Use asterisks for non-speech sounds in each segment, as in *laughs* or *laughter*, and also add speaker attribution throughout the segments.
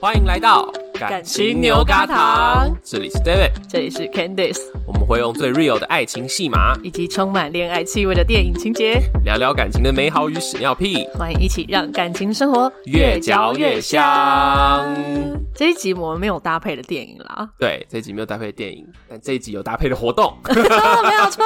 Speaker 1: 欢迎来到
Speaker 2: 感情牛轧糖，
Speaker 1: 这里是 David，
Speaker 2: 这里是 Candice，
Speaker 1: 我们会用最 real 的爱情戏码
Speaker 2: 以及充满恋爱气味的电影情节，
Speaker 1: 聊聊感情的美好与屎尿屁，
Speaker 2: 欢迎一起让感情生活
Speaker 1: 越嚼越香。
Speaker 2: 这一集我们没有搭配的电影
Speaker 1: *laughs*
Speaker 2: 啦，
Speaker 1: 对，这一集没有搭配电影，但这一集有搭配的活动， *laughs*
Speaker 2: 啊没有错，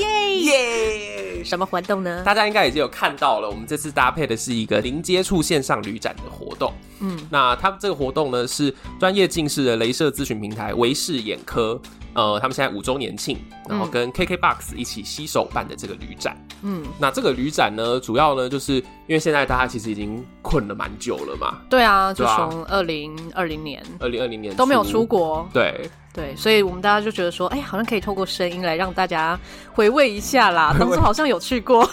Speaker 2: 耶 *laughs* 耶！
Speaker 1: 耶！
Speaker 2: 什么活动呢？
Speaker 1: 大家应该已经有看到了，我们这次搭配的是一个零接触线上旅展的活动。嗯，那他们这个活动呢是专业近视的镭射咨询平台维视眼科，呃，他们现在五周年庆，然后跟 KKBOX 一起携手办的这个旅展。
Speaker 2: 嗯，
Speaker 1: 那这个旅展呢，主要呢就是因为现在大家其实已经困了蛮久了嘛，
Speaker 2: 对啊，就
Speaker 1: 对啊
Speaker 2: 从二零二零年
Speaker 1: 二零二零年
Speaker 2: 都没有出。国，
Speaker 1: 对， *laughs*
Speaker 2: 对，所以我们大家就觉得说，哎，好像可以透过声音来让大家回味一下啦，当初好像有去过，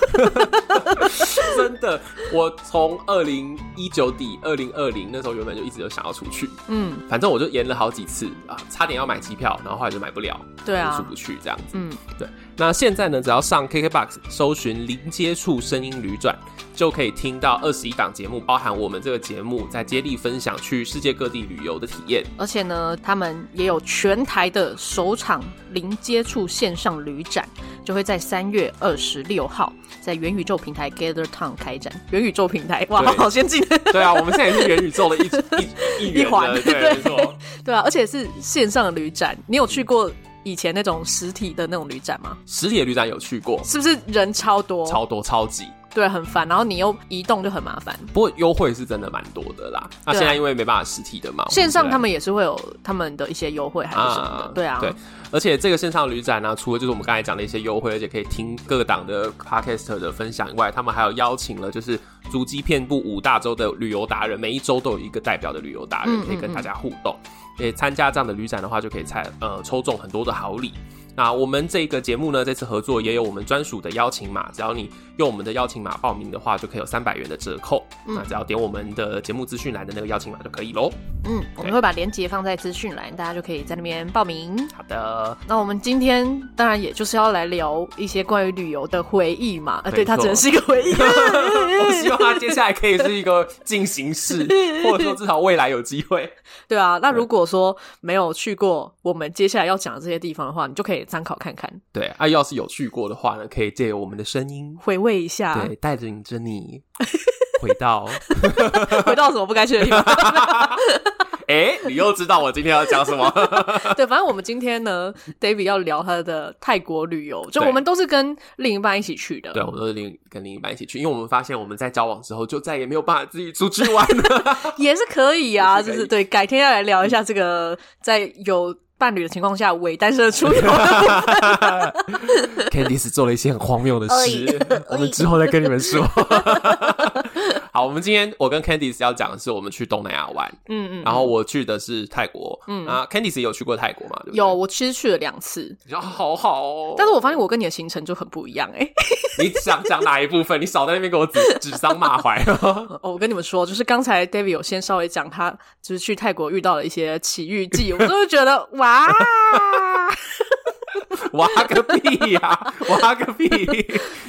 Speaker 1: 真的，我从二零一九底二零二零那时候原本就一直有想要出去，
Speaker 2: 嗯，
Speaker 1: 反正我就延了好几次啊，差点要买机票，然后后来就买不了，
Speaker 2: 对啊
Speaker 1: 就出不去这样子。
Speaker 2: 嗯，
Speaker 1: 对。那现在呢，只要上 KKBOX 搜寻“零接触声音旅转”，就可以听到二十一档节目，包含我们这个节目在接力分享去世界各地旅游的体验。
Speaker 2: 而且呢，他们也有全台的首场零接触线上旅展，就会在三月二十六号在元宇宙平台 Gather Town 开展。元宇宙平台，哇，
Speaker 1: 对
Speaker 2: 好先进！ *laughs*
Speaker 1: *laughs* 对啊，我们现在也是元宇宙的一一一员
Speaker 2: 一环 *laughs*
Speaker 1: 了，对，
Speaker 2: 对
Speaker 1: 没错。
Speaker 2: 对啊，而且是线上的旅展。你有去过以前那种实体的那种旅展吗？
Speaker 1: 实体的旅展有去过，
Speaker 2: 是不是人超多？
Speaker 1: 超多超级，
Speaker 2: 对，很烦。然后你又移动就很麻烦。
Speaker 1: 不过优惠是真的蛮多的啦。那
Speaker 2: 对啊
Speaker 1: 现在因为没办法实体的嘛，我
Speaker 2: 线上
Speaker 1: 就来
Speaker 2: 他们也是会有他们的一些优惠还是什么的，对啊，
Speaker 1: 对。而且这个线上旅展呢、除了就是我们刚才讲的一些优惠，而且可以听各档的 podcast 的分享以外，他们还有邀请了就是足迹遍布五大洲的旅游达人，每一周都有一个代表的旅游达人
Speaker 2: 嗯
Speaker 1: 可以跟
Speaker 2: 嗯
Speaker 1: 大家互动。也参加这样的旅展的话，就可以参呃抽中很多的好礼。那我们这个节目呢，这次合作也有我们专属的邀请码，只要你用我们的邀请码报名的话，就可以有三百元的折扣。那只要点我们的节目资讯栏的那个邀请码就可以喽。
Speaker 2: 嗯，我们会把链接放在资讯栏，大家就可以在那边报名。
Speaker 1: 好的，
Speaker 2: 那我们今天当然也就是要来聊一些关于旅游的回忆嘛，呃，
Speaker 1: 没
Speaker 2: 对，它
Speaker 1: 错
Speaker 2: 只能是一个回忆。
Speaker 1: *laughs* 我希望他接下来可以是一个进行式，或者说至少未来有机会。
Speaker 2: *laughs* 对啊，那如果说没有去过我们接下来要讲的这些地方的话，你就可以参考看看，
Speaker 1: 对啊，要是有去过的话呢，可以借由我们的声音，
Speaker 2: 回味一下
Speaker 1: 对，，带领着你回 *laughs* 到。
Speaker 2: *laughs* 回到什么不该去的地方。 *laughs*
Speaker 1: 哎、你又知道我今天要讲什 *laughs* 么？
Speaker 2: 对，反正我们今天呢，David 要聊他的泰国旅游，就
Speaker 1: 对
Speaker 2: 我们都是跟另一半一起去的。
Speaker 1: 对，我们都是另跟另一半一起去，因为我们发现我们在交往之后就再也没有办法自己出去玩了。
Speaker 2: 也是可以啊，
Speaker 1: 也是
Speaker 2: 就
Speaker 1: 可以
Speaker 2: 是对，改天要来聊一下这个在有伴侣的情况下伪单身的出游
Speaker 1: *laughs*
Speaker 2: 的
Speaker 1: Candice 做了一些很荒谬的 *laughs* 事，我们之后再跟你们说。 *laughs* 好，我们今天我跟 Candice 要讲的是我们去东南亚玩，
Speaker 2: 嗯嗯，
Speaker 1: 然后我去的是泰国，嗯啊，Candice 也有去过泰国嘛？对不对
Speaker 2: 有，，我其实去了两次，
Speaker 1: 你说好好哦。
Speaker 2: 但是我发现我跟你的行程就很不一样哎、
Speaker 1: *laughs* 你想讲哪一部分？你少在那边给我指指桑骂槐。 *laughs*
Speaker 2: 哦，我跟你们说，就是刚才 David 有先稍微讲他就是去泰国遇到了一些奇遇记，我就会觉得
Speaker 1: *laughs*
Speaker 2: 哇，
Speaker 1: 挖个屁呀、
Speaker 2: *laughs*
Speaker 1: 挖个屁！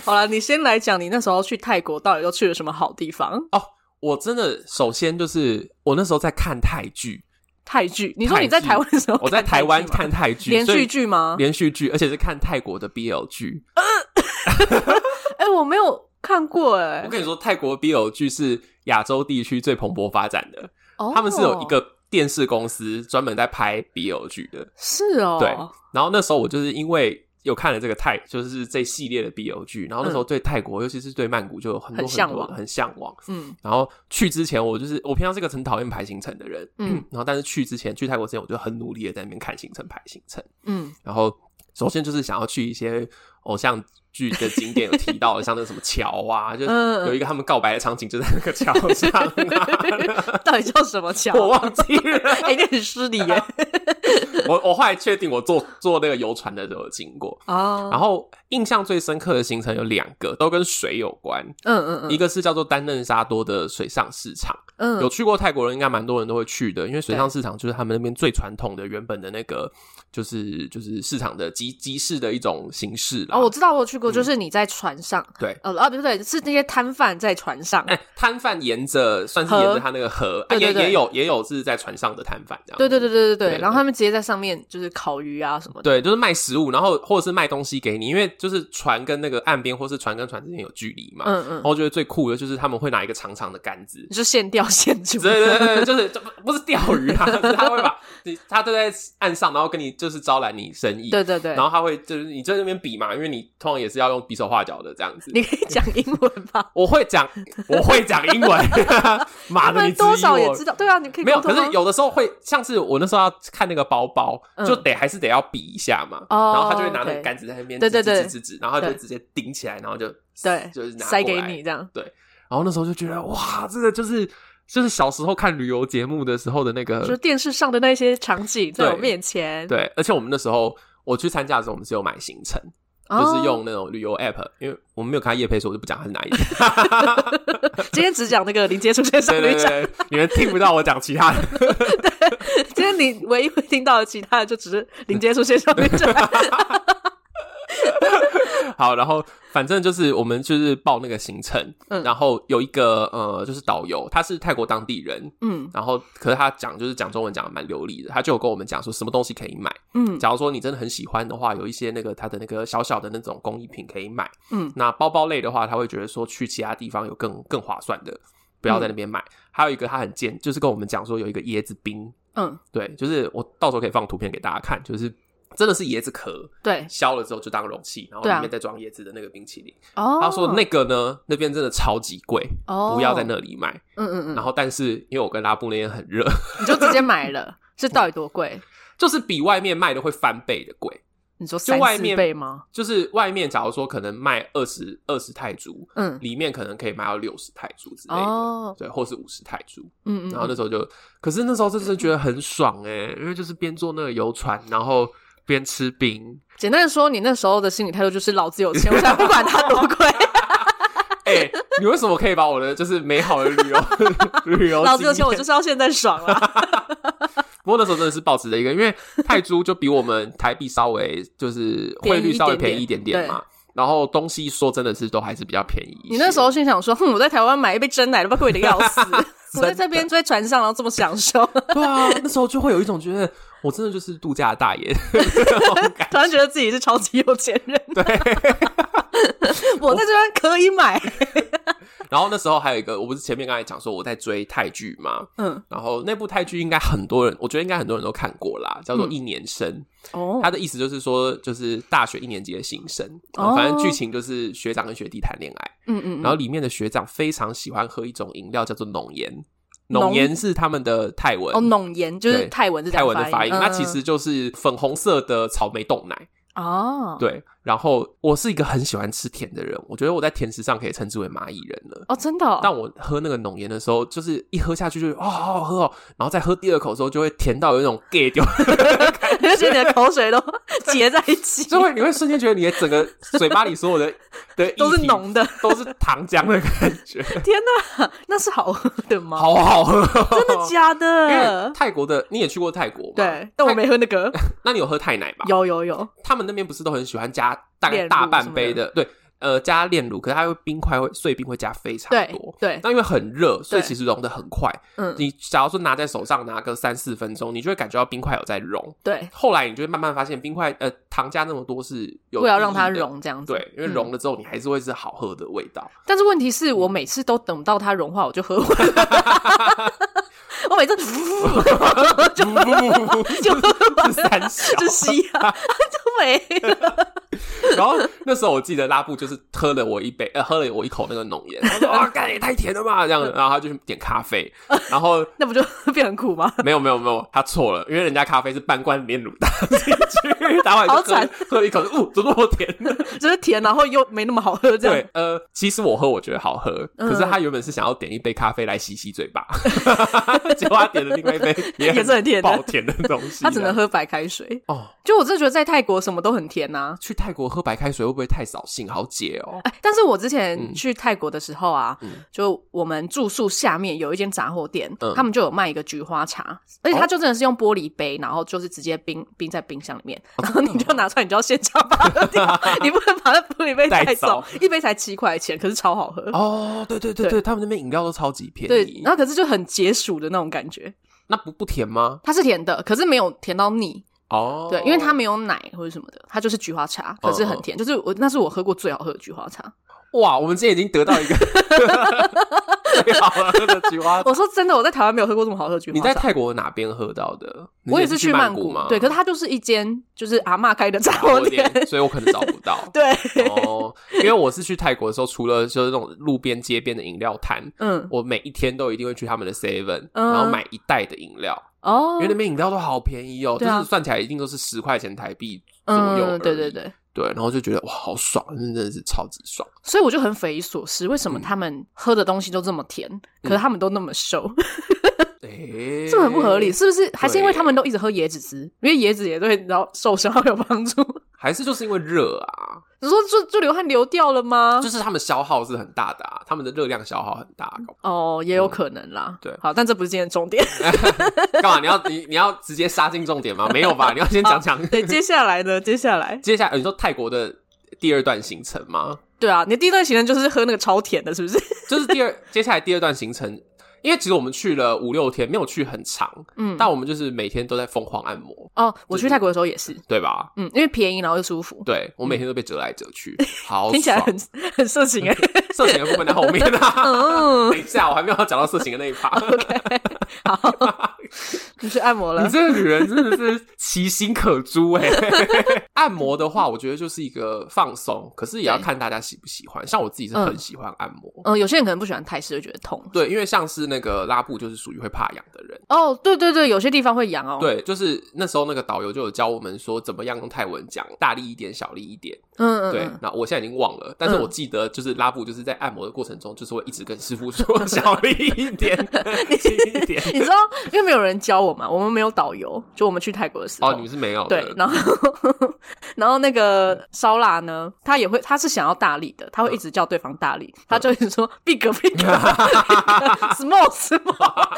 Speaker 2: 好了，你先来讲你那时候去泰国到底都去了什么好地方？哦
Speaker 1: 我真的首先就是我那时候在看泰剧，
Speaker 2: 泰剧，你说你
Speaker 1: 泰
Speaker 2: 在
Speaker 1: 剧
Speaker 2: 台湾的时候，
Speaker 1: 我在台湾看泰剧，
Speaker 2: 连
Speaker 1: 所
Speaker 2: 续
Speaker 1: 以
Speaker 2: 剧吗？
Speaker 1: 连续剧，而且是看泰国的 BL 剧。
Speaker 2: 哎、我没有看过哎、
Speaker 1: 我跟你说，泰国 BL 剧是亚洲地区最蓬勃发展的，
Speaker 2: 哦
Speaker 1: 他们是有一个电视公司专门在拍 BL 剧的。
Speaker 2: 是哦，
Speaker 1: 对，然后那时候我就是因为有看了这个泰，就是这系列的 BL 剧，然后那时候对泰国，尤其是对曼谷，就有很多
Speaker 2: 嗯很向
Speaker 1: 很多
Speaker 2: 往
Speaker 1: 很向往。
Speaker 2: 嗯
Speaker 1: 然后去之前，我就是我平常是个很讨厌排行程的人，嗯
Speaker 2: 嗯，
Speaker 1: 然后但是去之前去泰国之前，我就很努力的在那边看行程排行程，
Speaker 2: 嗯，
Speaker 1: 然后首先就是想要去一些偶像剧的景点，有提
Speaker 2: *laughs*
Speaker 1: 到的像那个什么桥啊，就
Speaker 2: 嗯嗯
Speaker 1: 有一个他们告白的场景就在那个桥上啊、
Speaker 2: *laughs* 到底叫什么桥？
Speaker 1: 我忘记了，
Speaker 2: 哎、你很失礼
Speaker 1: *laughs*
Speaker 2: 耶！
Speaker 1: 我我后来确定我坐坐那个游船的时候有经过，
Speaker 2: 哦，
Speaker 1: 然后印象最深刻的行程有两个，都跟水有关。
Speaker 2: 嗯嗯嗯，
Speaker 1: 一个是叫做丹嫩沙多的水上市场，
Speaker 2: 嗯
Speaker 1: 有去过泰国人，应该蛮多人都会去的，因为水上市场就是他们那边最传统的原本的那个，就是就是市场的集集市的一种形式啦。
Speaker 2: 哦，我知道我有去过，就是你在船上，
Speaker 1: 嗯对，
Speaker 2: 呃啊，不对，是那些摊贩在船上，
Speaker 1: 哎，摊贩沿着算是沿着他那个河，啊
Speaker 2: 对对
Speaker 1: 也
Speaker 2: 对
Speaker 1: 也有也有是在船上的摊贩这样。
Speaker 2: 对对对对对
Speaker 1: 对
Speaker 2: 对，然后他们直接在上面就是烤鱼啊什么的，
Speaker 1: 对，就是卖食物，然后或者是卖东西给你，因为就是船跟那个岸边或是船跟船之间有距离嘛。
Speaker 2: 嗯
Speaker 1: 然
Speaker 2: 嗯，
Speaker 1: 后我觉得最酷的就是他们会拿一个长长的杆子，
Speaker 2: 就现钓现煮，
Speaker 1: 对对对，对 *laughs* 就是就不不是钓鱼啊，是他会把你他都在岸上，然后跟你就是招揽你生意，
Speaker 2: *laughs* 对对对
Speaker 1: 然，后他会就是你在那边比嘛，因为你通常也是要用比手画脚的这样子。
Speaker 2: *laughs* 你可以讲英文吧？
Speaker 1: *laughs* 我会讲，我会讲
Speaker 2: *laughs*
Speaker 1: 英文， *laughs* 妈
Speaker 2: 他
Speaker 1: 的，你
Speaker 2: 们
Speaker 1: 质疑
Speaker 2: 多少也
Speaker 1: 我
Speaker 2: 知道，对啊，你可以
Speaker 1: 没有，
Speaker 2: 沟
Speaker 1: 可
Speaker 2: 通啊
Speaker 1: 是有的时候会，像是我那时候要看那个包包，
Speaker 2: 嗯
Speaker 1: 就得还是得要比一下嘛。
Speaker 2: 哦
Speaker 1: 然后他就会拿那个
Speaker 2: OK
Speaker 1: 杆子在那边
Speaker 2: 对对
Speaker 1: 指指
Speaker 2: 对
Speaker 1: 指指指，然后他就
Speaker 2: 对
Speaker 1: 直接顶起来，然后就
Speaker 2: 对，
Speaker 1: 就是拿
Speaker 2: 塞
Speaker 1: 过
Speaker 2: 给
Speaker 1: 来
Speaker 2: 你这样，
Speaker 1: 然后那时候就觉得哇，真的就是就是小时候看旅游节目的时候的那
Speaker 2: 就是
Speaker 1: 个
Speaker 2: 电视上的那些场景在我
Speaker 1: 对
Speaker 2: 面前，
Speaker 1: 对，而且我们那时候我去参加的时候，我们是有买行程，
Speaker 2: 哦，
Speaker 1: 就是用那种旅游 app，因为我们没有开夜配，所以我就不讲它是哪一家。
Speaker 2: 今天只讲那个零接触线 *laughs* 上
Speaker 1: 对
Speaker 2: 旅
Speaker 1: 对
Speaker 2: 展，
Speaker 1: 对，你们听不到我讲其他的。
Speaker 2: 今天你唯一会听到的其他的就只是零接触线上旅展，
Speaker 1: *laughs* 好，然后反正就是我们就是报那个行程，
Speaker 2: 嗯
Speaker 1: 然后有一个呃，就是导游，他是泰国当地人，
Speaker 2: 嗯
Speaker 1: 然后可是他讲就是讲中文讲的蛮流利的，他就有跟我们讲说什么东西可以买。
Speaker 2: 嗯
Speaker 1: 假如说你真的很喜欢的话，有一些那个他的那个小小的那种工艺品可以买。
Speaker 2: 嗯，
Speaker 1: 那包包类的话，他会觉得说去其他地方有更更划算的，不
Speaker 2: 嗯
Speaker 1: 要在那边买。还有一个他很贱，就是跟我们讲说有一个椰子冰，
Speaker 2: 嗯，
Speaker 1: 对，就是我到时候可以放图片给大家看，就是真的是椰子壳。
Speaker 2: 对，
Speaker 1: 削了之后就当容器，然后
Speaker 2: 对啊
Speaker 1: 里面再装椰子的那个冰淇淋。
Speaker 2: 哦，
Speaker 1: 他说那个呢，那边真的超级贵，
Speaker 2: 哦
Speaker 1: 不要在，那里买。
Speaker 2: 嗯嗯嗯，
Speaker 1: 然后，但是因为我跟拉布那边很热， *laughs*
Speaker 2: 你就直接买了，这到底多贵？
Speaker 1: 就是比外面卖的会翻倍的贵。
Speaker 2: 你说
Speaker 1: 就
Speaker 2: 三
Speaker 1: 外
Speaker 2: 四
Speaker 1: 面
Speaker 2: 倍吗？
Speaker 1: 就是外面假如说可能卖二十二十泰铢，
Speaker 2: 嗯，
Speaker 1: 里面可能可以卖到六十泰铢之类的。
Speaker 2: 哦，
Speaker 1: 对，或是五十泰铢，
Speaker 2: 嗯嗯，
Speaker 1: 然后那时候就，可是那时候真的觉得很爽诶、因为就是边坐那个游船，然后边吃冰，
Speaker 2: 简单的说，你那时候的心理态度就是老子有钱，我才不管它多
Speaker 1: *laughs*
Speaker 2: 贵，
Speaker 1: 哎、你为什么可以把我的就是美好的旅游 *laughs* 旅游
Speaker 2: 老子有钱，
Speaker 1: 经
Speaker 2: 我
Speaker 1: 验
Speaker 2: 就是要现在爽啊
Speaker 1: *laughs*
Speaker 2: 啦。
Speaker 1: 不过那时候真的是保持着一个，因为泰铢就比我们台币稍微就是汇率稍微便宜一点点嘛。然后东西说真的是都还是比较便宜一些。，
Speaker 2: 你那时候心想说，哼，我在台湾买一杯真奶都贵的要死
Speaker 1: *laughs*
Speaker 2: 我在这边在船上然后这么享受，
Speaker 1: 对啊，那时候就会有一种觉得我真的就是度假大 *laughs* 爷
Speaker 2: 突然觉得自己是超级有钱人。对， *laughs* 我在这边可
Speaker 1: *laughs*
Speaker 2: 以买。
Speaker 1: 然后那时候还有一个，我不是前面刚才讲说我在追泰剧嘛，
Speaker 2: 嗯，
Speaker 1: 然后那部泰剧应该很多人，我觉得应该很多人都看过啦，叫做《
Speaker 2: 嗯
Speaker 1: 一年生》。
Speaker 2: 哦
Speaker 1: 他的意思就是说，就是大学一年级的新生，然后
Speaker 2: 哦
Speaker 1: 反正剧情就是学长跟学弟谈恋爱。
Speaker 2: 嗯嗯
Speaker 1: 然后里面的学长非常喜欢喝一种饮料，叫做浓盐。
Speaker 2: 浓
Speaker 1: 浓盐是他们的泰文，
Speaker 2: 哦，浓盐就是
Speaker 1: 对
Speaker 2: 泰文是这
Speaker 1: 泰
Speaker 2: 样
Speaker 1: 文的发音，
Speaker 2: 嗯
Speaker 1: 那其实就是粉红色的草莓冻奶。
Speaker 2: 哦，，
Speaker 1: 对，然后我是一个很喜欢吃甜的人，我觉得我在甜食上可以称之为蚂蚁人了。
Speaker 2: 哦，真的哦，
Speaker 1: 但我喝那个浓盐的时候，就是一喝下去就觉得哦，好好喝哦，然后再喝第二口的时候，就会甜到有一种 gay 掉，
Speaker 2: 你 *laughs* 就觉得你的口水都结在一起，
Speaker 1: *laughs* 就会你会瞬间觉得你的整个嘴巴里所
Speaker 2: *laughs*
Speaker 1: 有的的
Speaker 2: 都是
Speaker 1: 液体
Speaker 2: 浓的。
Speaker 1: 都是糖浆的感觉，
Speaker 2: 天哪，那是好喝的吗？
Speaker 1: 好好喝、哦，
Speaker 2: 真的假
Speaker 1: 因为
Speaker 2: 的？
Speaker 1: 泰国的你也去过泰国嘛？
Speaker 2: 嗯对，但我
Speaker 1: 泰。
Speaker 2: 没喝那个。
Speaker 1: 那你有喝泰奶吧？
Speaker 2: 有有有，
Speaker 1: 他们那边不是都很喜欢加大
Speaker 2: 炼
Speaker 1: 概
Speaker 2: 乳
Speaker 1: 大半杯的，对，呃，加炼乳，可是它会冰块会碎冰会加非常
Speaker 2: 对
Speaker 1: 多。
Speaker 2: 对，
Speaker 1: 那因为很热，所以其实融的很快。
Speaker 2: 嗯，
Speaker 1: 你假如说拿在手上拿个三四分钟，你就会感觉到冰块有在融。
Speaker 2: 对，
Speaker 1: 后来你就会慢慢发现，冰块呃糖加那么多是有
Speaker 2: 为了让它
Speaker 1: 意义的。
Speaker 2: 融这样子。
Speaker 1: 对，因为
Speaker 2: 嗯
Speaker 1: 融了之后，你还是会是好喝的味道。
Speaker 2: 但是问题是我每次都等到它融化，我就喝完。我每次就
Speaker 1: 不不不不，
Speaker 2: *laughs* 就喝完
Speaker 1: *laughs* 是
Speaker 2: *laughs*
Speaker 1: 三小。
Speaker 2: 就吸啊，就没了。
Speaker 1: *laughs* 然后那时候我记得拉布就是喝了我一杯，呃，喝了我一口那个浓盐，他说：“哇，干也太甜了吧！”这样，然后他就去点咖啡，然后
Speaker 2: 那不就变很苦吗？
Speaker 1: 没有没有没有，他错了，因为人家咖啡是半罐炼乳打进去，打完就
Speaker 2: 好
Speaker 1: 喝
Speaker 2: 惨
Speaker 1: 了喝了一口，哦，怎么那么甜？ *laughs*
Speaker 2: 就是甜，然后又没那么好喝，这样
Speaker 1: 对，呃，其实我喝我觉得好喝，
Speaker 2: 嗯
Speaker 1: 可是他原本是想要点一杯咖啡来洗洗嘴巴， *laughs* 结果他点了另外一杯也
Speaker 2: *laughs* 也是很甜的
Speaker 1: 爆甜的东西，
Speaker 2: 他只能喝白开水。
Speaker 1: 哦。
Speaker 2: 就我真的觉得在泰国什么都很甜呐、
Speaker 1: 去泰国喝白开水会不会太扫兴？好解哦。
Speaker 2: 哎，但是我之前
Speaker 1: 嗯
Speaker 2: 去泰国的时候啊，
Speaker 1: 嗯
Speaker 2: 就我们住宿下面有一间杂货店，
Speaker 1: 嗯哦
Speaker 2: 他们就有卖一个菊花茶，而且它就真的是用玻璃杯，然后就是直接冰冰在冰箱里面，
Speaker 1: 哦
Speaker 2: 然后你就拿出来，你就要现场把它喝
Speaker 1: *laughs*
Speaker 2: 掉，你不能把那玻璃杯带
Speaker 1: 带
Speaker 2: 走
Speaker 1: 走，
Speaker 2: 一杯才七块钱，可是超好喝。
Speaker 1: 哦，对对对
Speaker 2: 对
Speaker 1: 对，他们那边饮料都超级便
Speaker 2: 对
Speaker 1: 宜，。
Speaker 2: 然后可是就很解暑的那种感觉，
Speaker 1: 那不不甜吗？
Speaker 2: 它是甜的，可是没有甜到腻，
Speaker 1: 哦，嗯
Speaker 2: 对，因为它没有奶或者什么的，它就是菊花茶，可是很甜，就是我那是我喝过最好喝的菊花茶。
Speaker 1: 哇，我们今天已经得到
Speaker 2: *laughs*
Speaker 1: 一个最好喝的菊花。
Speaker 2: 我说真的，我在台湾没有喝过这么好喝的菊花
Speaker 1: 你
Speaker 2: 茶。
Speaker 1: 在泰国哪边喝到的？你
Speaker 2: 我也
Speaker 1: 是
Speaker 2: 去
Speaker 1: 曼
Speaker 2: 谷
Speaker 1: 吗？哦
Speaker 2: 对，可是它就是一间就是阿嬷开的杂货
Speaker 1: 我
Speaker 2: 店，。
Speaker 1: 连，所以我可能找不到
Speaker 2: *laughs* 对，
Speaker 1: 哦，因为我是去泰国的时候，除了就是那种路边街边的饮料摊，
Speaker 2: 嗯，
Speaker 1: 我每一天都一定会去他们的 Seven，、
Speaker 2: 嗯
Speaker 1: 然后买一袋的饮料，
Speaker 2: 哦
Speaker 1: 因为，那边饮料都好便宜哦，
Speaker 2: 对啊
Speaker 1: 就是算起来一定都是十块钱台币左右而
Speaker 2: 嗯，
Speaker 1: 已。
Speaker 2: 对对对，
Speaker 1: 对，然后就觉得哇，好爽，真的是超级爽。
Speaker 2: 所以我就很匪夷所思，为什
Speaker 1: 嗯
Speaker 2: 么他们喝的东西都这么甜，可是他们都那么瘦， *laughs*
Speaker 1: 诶、
Speaker 2: 这很不合理，是不是？还是因为
Speaker 1: 对
Speaker 2: 他们都一直喝椰子汁，因为椰子也对然后瘦身有帮助。 *laughs*
Speaker 1: 还是就是因为热啊，
Speaker 2: 你说就就流汗流掉了吗
Speaker 1: 就？是他们消耗是很大的、啊，他们的热量消耗很大。啊搞
Speaker 2: 哦，也有可能啦。
Speaker 1: 嗯对
Speaker 2: 好，但这不是今天的
Speaker 1: *laughs*
Speaker 2: 重点。
Speaker 1: 干嘛？你要你你要直接杀进重点吗？没有吧？你要先讲讲。
Speaker 2: 对，接下来呢？接下来，
Speaker 1: *laughs* 接下来你说泰国的第二段行程吗？
Speaker 2: 对啊，你的第一段行程就是喝那个超甜的，是不是？
Speaker 1: 就是第二 *laughs* 接下来第二段行程，因为其实我们去了五六天，没有去很长，
Speaker 2: *laughs* 嗯，
Speaker 1: 但我们就是每天都在疯狂按摩，
Speaker 2: 哦，我去泰国的时候也是，
Speaker 1: 对吧？
Speaker 2: 嗯，因为便宜，然后又舒服，
Speaker 1: 对我每天都被折来折去，好爽
Speaker 2: *laughs* 听起来很很色情哎、
Speaker 1: *laughs* 色情的部分在后面啊。
Speaker 2: *laughs* 嗯，
Speaker 1: *laughs* 等一下，我还没有讲到色情的那一趴。 *laughs*
Speaker 2: 你去按摩
Speaker 1: 你
Speaker 2: 了，
Speaker 1: 这个女人真的是其心可诛哎、 *laughs* 按摩的话，我觉得就是一个放松，可是也要
Speaker 2: 对
Speaker 1: 看大家喜不喜欢。像我自己是很喜欢按摩，
Speaker 2: 嗯，有些人可能不喜欢泰式，会觉得痛。
Speaker 1: 对，因为像是那个拉布就是属于会怕痒的人。
Speaker 2: 哦，对对对，有些地方会痒哦。，
Speaker 1: 对，就是那时候那个导游就有教我们说怎么样用泰文讲，大力一点，小力一点。
Speaker 2: 嗯嗯，
Speaker 1: 对
Speaker 2: 嗯，
Speaker 1: 那我现在已经忘了，但是我记得就是拉布就是在按摩的过程中，就是会一直跟师傅说 *laughs* 小力一点，轻一点。
Speaker 2: *laughs* 你知道，因为没有人教我嘛，我们没有导游，就我们去泰国的时候，
Speaker 1: 哦，你们是没有的
Speaker 2: 对，然后然后那个烧腊呢，他也会，他是想要大力的，他会一直叫对方大力，
Speaker 1: 嗯
Speaker 2: 他就一直
Speaker 1: *laughs*
Speaker 2: 说 big *laughs* big
Speaker 1: *laughs*
Speaker 2: small small，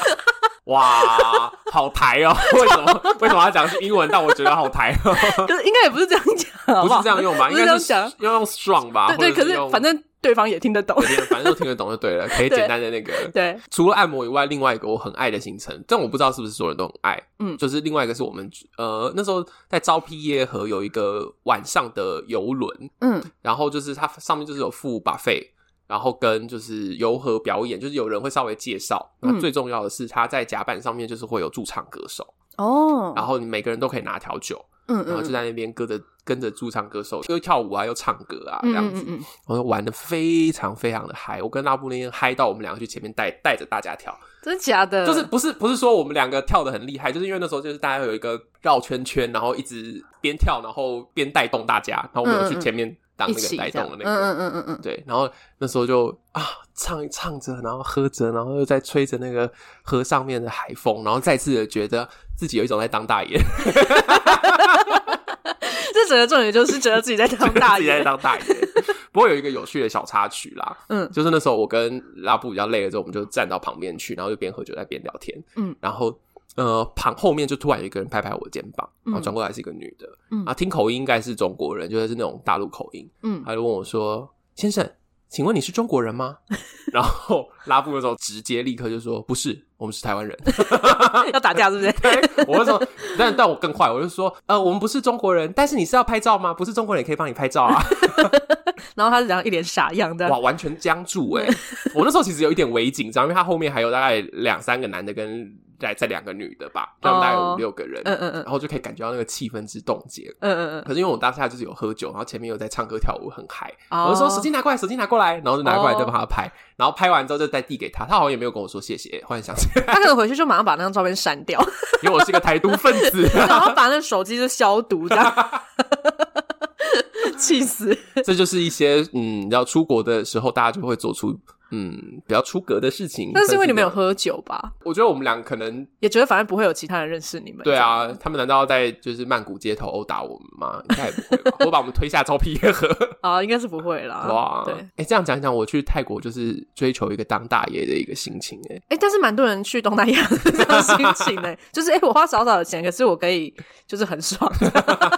Speaker 1: 哇，好台
Speaker 2: *laughs*
Speaker 1: 哦！为什么为什么要讲是英文？但我觉得好台哦，
Speaker 2: 可是应该也不是这样讲，好
Speaker 1: 不
Speaker 2: 好
Speaker 1: 是这样用吧？
Speaker 2: 不
Speaker 1: 应
Speaker 2: 是这
Speaker 1: 该
Speaker 2: 样
Speaker 1: 是
Speaker 2: 讲，
Speaker 1: 要用 strong 吧？
Speaker 2: 对对，
Speaker 1: 或者
Speaker 2: 可
Speaker 1: 是
Speaker 2: 是
Speaker 1: 用
Speaker 2: 反正对方也听得懂，
Speaker 1: 对反正都听得懂就对
Speaker 2: *laughs*
Speaker 1: 了，可以
Speaker 2: 对
Speaker 1: 简单的那个。
Speaker 2: 对，
Speaker 1: 除了按摩以外，另外一个我很爱的行程，但我不知道是不是所有人都很爱。
Speaker 2: 嗯
Speaker 1: 就是另外一个是我们呃那时候在招聘耶河有一个晚上的游轮，
Speaker 2: 嗯
Speaker 1: 然后就是它上面就是有付把费，然后跟就是游河表演，就是有人会稍微介绍。
Speaker 2: 嗯
Speaker 1: 那最重要的是，它在甲板上面就是会有驻唱歌手，
Speaker 2: 哦，
Speaker 1: 然后你每个人都可以拿调酒，
Speaker 2: 嗯
Speaker 1: 然后就
Speaker 2: 嗯
Speaker 1: 在那边跟着跟着驻唱歌手，又跳舞啊，又唱歌啊，这样
Speaker 2: 嗯
Speaker 1: 子
Speaker 2: 嗯，嗯，
Speaker 1: 我玩的非常非常的嗨。我跟拉布那天嗨到我们两个去前面带带着大家跳。
Speaker 2: 真的假的？
Speaker 1: 就是 *laughs* 不是不是说我们两个跳的很厉害，就是因为那时候就是大家有一个绕圈圈，然后一直边跳，然后边带动大家，然后我们有去前面当
Speaker 2: 嗯一
Speaker 1: 那个
Speaker 2: 起
Speaker 1: 带
Speaker 2: 这样
Speaker 1: 动的，
Speaker 2: 嗯
Speaker 1: 那个。
Speaker 2: 嗯嗯嗯嗯，
Speaker 1: 对，然后那时候就啊唱一唱着，然后喝着，然后又在吹着那个河上面的海风，然后再次的觉得自己有一种在当大爷，
Speaker 2: 这整个重点就是觉得自己在当
Speaker 1: *laughs*
Speaker 2: 大
Speaker 1: 自己在
Speaker 2: 爷，
Speaker 1: 当大爷。不过有一个有趣的小插曲啦，
Speaker 2: 嗯
Speaker 1: 就是那时候我跟拉布比较累了之后，我们就站到旁边去，然后就边喝酒在边聊天。
Speaker 2: 嗯，
Speaker 1: 然后呃，旁后面就突然有一个人拍拍我的肩膀，
Speaker 2: 嗯
Speaker 1: 然后转过来是一个女的，
Speaker 2: 嗯
Speaker 1: 啊，听口音应该是中国人，就是那种大陆口音，
Speaker 2: 嗯
Speaker 1: 她就问我说：“先生，请问你是中国人吗？” *laughs* 然后拉布那时候直接立刻就说：“不是，我们是台湾人。” *laughs*
Speaker 2: 嗯要打架是不是？
Speaker 1: 我就说，但但我更坏，我就说：“呃，我们不是中国人，但是你是要拍照吗？不是中国人也可以帮你拍照啊。”
Speaker 2: 然后他是这样一脸傻样的，
Speaker 1: 哇，完全僵住哎、
Speaker 2: 嗯
Speaker 1: *laughs* 我那时候其实有一点微紧张，因为他后面还有大概两三个男的跟再再两个女的吧，他们大概有
Speaker 2: 哦
Speaker 1: 五六个人，
Speaker 2: 嗯嗯嗯
Speaker 1: 然后就可以感觉到那个气氛之冻结。
Speaker 2: 嗯嗯嗯，
Speaker 1: 可是因为我当下就是有喝酒，然后前面有在唱歌跳舞，很嗨，
Speaker 2: 哦
Speaker 1: 我就说手机拿过来，手机拿过来，然后就拿过来
Speaker 2: 哦
Speaker 1: 再帮他拍，然后拍完之后就再递给他，他好像也没有跟我说谢谢，忽然想起来，
Speaker 2: 他可能回去就马上把那张照片删掉，
Speaker 1: *laughs* 因为我是个台独分子， *laughs*
Speaker 2: 然后把那手机就消毒，这样，气死！
Speaker 1: 这就是一些嗯，你知道出国的时候大家就会做出嗯，比较出格的事情。
Speaker 2: 那是因为你们有
Speaker 1: 算
Speaker 2: 喝酒吧？
Speaker 1: 我觉得我们俩可能
Speaker 2: 也觉得反正不会有其他人认识你们。
Speaker 1: 对啊，他们难道要在就是曼谷街头殴打我们吗？ *laughs* 应该也不会吧，会把我们推下臭皮耶河。
Speaker 2: 这样，啊，应该是不会啦。
Speaker 1: 哇，
Speaker 2: 对，
Speaker 1: 哎、这样讲一讲，我去泰国就是追求一个当大爷的一个心情、诶
Speaker 2: 哎、但是蛮多人去东南亚 *laughs* 是这样心情的、就是哎、诶我花少少的钱，可是我可以就是很爽， *laughs*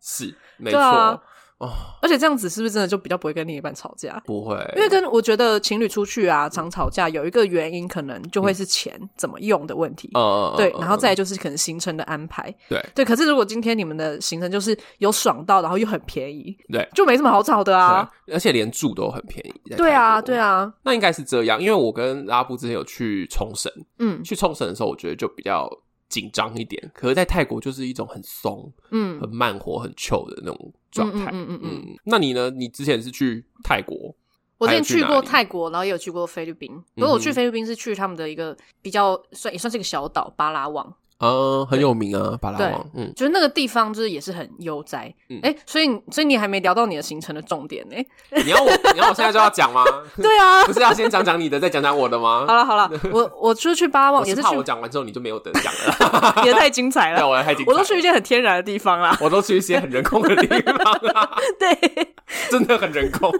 Speaker 1: 是没错、
Speaker 2: 对啊
Speaker 1: 哦，
Speaker 2: 而且这样子是不是真的就比较不会跟另一半吵架？
Speaker 1: 不会，
Speaker 2: 因为跟我觉得情侣出去啊，常吵架有一个原因，可能就会
Speaker 1: 嗯
Speaker 2: 是钱怎么用的问题。
Speaker 1: 呃，
Speaker 2: 对，
Speaker 1: 嗯
Speaker 2: 然后再来就是可能行程的安排。
Speaker 1: 对
Speaker 2: 对，可是如果今天你们的行程就是有爽到，然后又很便宜，
Speaker 1: 对
Speaker 2: 就没什么好吵的啊。
Speaker 1: 对而且连住都很便宜。
Speaker 2: 对啊，对
Speaker 1: 啊，
Speaker 2: 啊，
Speaker 1: 那应该是这样，因为我跟拉布之前有去冲绳，
Speaker 2: 嗯
Speaker 1: 去冲绳的时候，我觉得就比较紧张一点，可是，在泰国就是一种很松、
Speaker 2: 嗯
Speaker 1: 很慢活、很 chill 的那种状态。
Speaker 2: 嗯嗯嗯嗯嗯
Speaker 1: 那你呢？你之前是去泰国？
Speaker 2: 我之前
Speaker 1: 还有去
Speaker 2: 去
Speaker 1: 哪
Speaker 2: 过
Speaker 1: 里
Speaker 2: 泰国，然后也有去过菲律宾。不过我去
Speaker 1: 嗯哼
Speaker 2: 菲律宾是去他们的一个比较算也算是一个小岛巴拉望，
Speaker 1: 啊，很有名啊，巴拉望。嗯，
Speaker 2: 就是那个地方就是也是很悠哉。
Speaker 1: 嗯
Speaker 2: 哎、所以你所以你还没聊到你的行程的重点
Speaker 1: *laughs*
Speaker 2: 呢、
Speaker 1: 你要我，你要我现在就要讲吗？ *laughs*
Speaker 2: 对啊，
Speaker 1: 不是要先讲讲你的，再讲讲我的吗？
Speaker 2: 好
Speaker 1: *laughs*
Speaker 2: 了好了，我啊我就是去巴拉望
Speaker 1: 我
Speaker 2: 也
Speaker 1: 是
Speaker 2: 是
Speaker 1: 怕
Speaker 2: 去
Speaker 1: 我，讲完之后你就没有得讲了，
Speaker 2: *laughs* 也太精彩
Speaker 1: 对， *laughs*
Speaker 2: 了。
Speaker 1: 我太紧
Speaker 2: 我
Speaker 1: 张。
Speaker 2: 都去一，些很天然的地方啦，
Speaker 1: 我都去一些很人工的地方
Speaker 2: *laughs*
Speaker 1: 啦，
Speaker 2: 对，
Speaker 1: 真的很人工。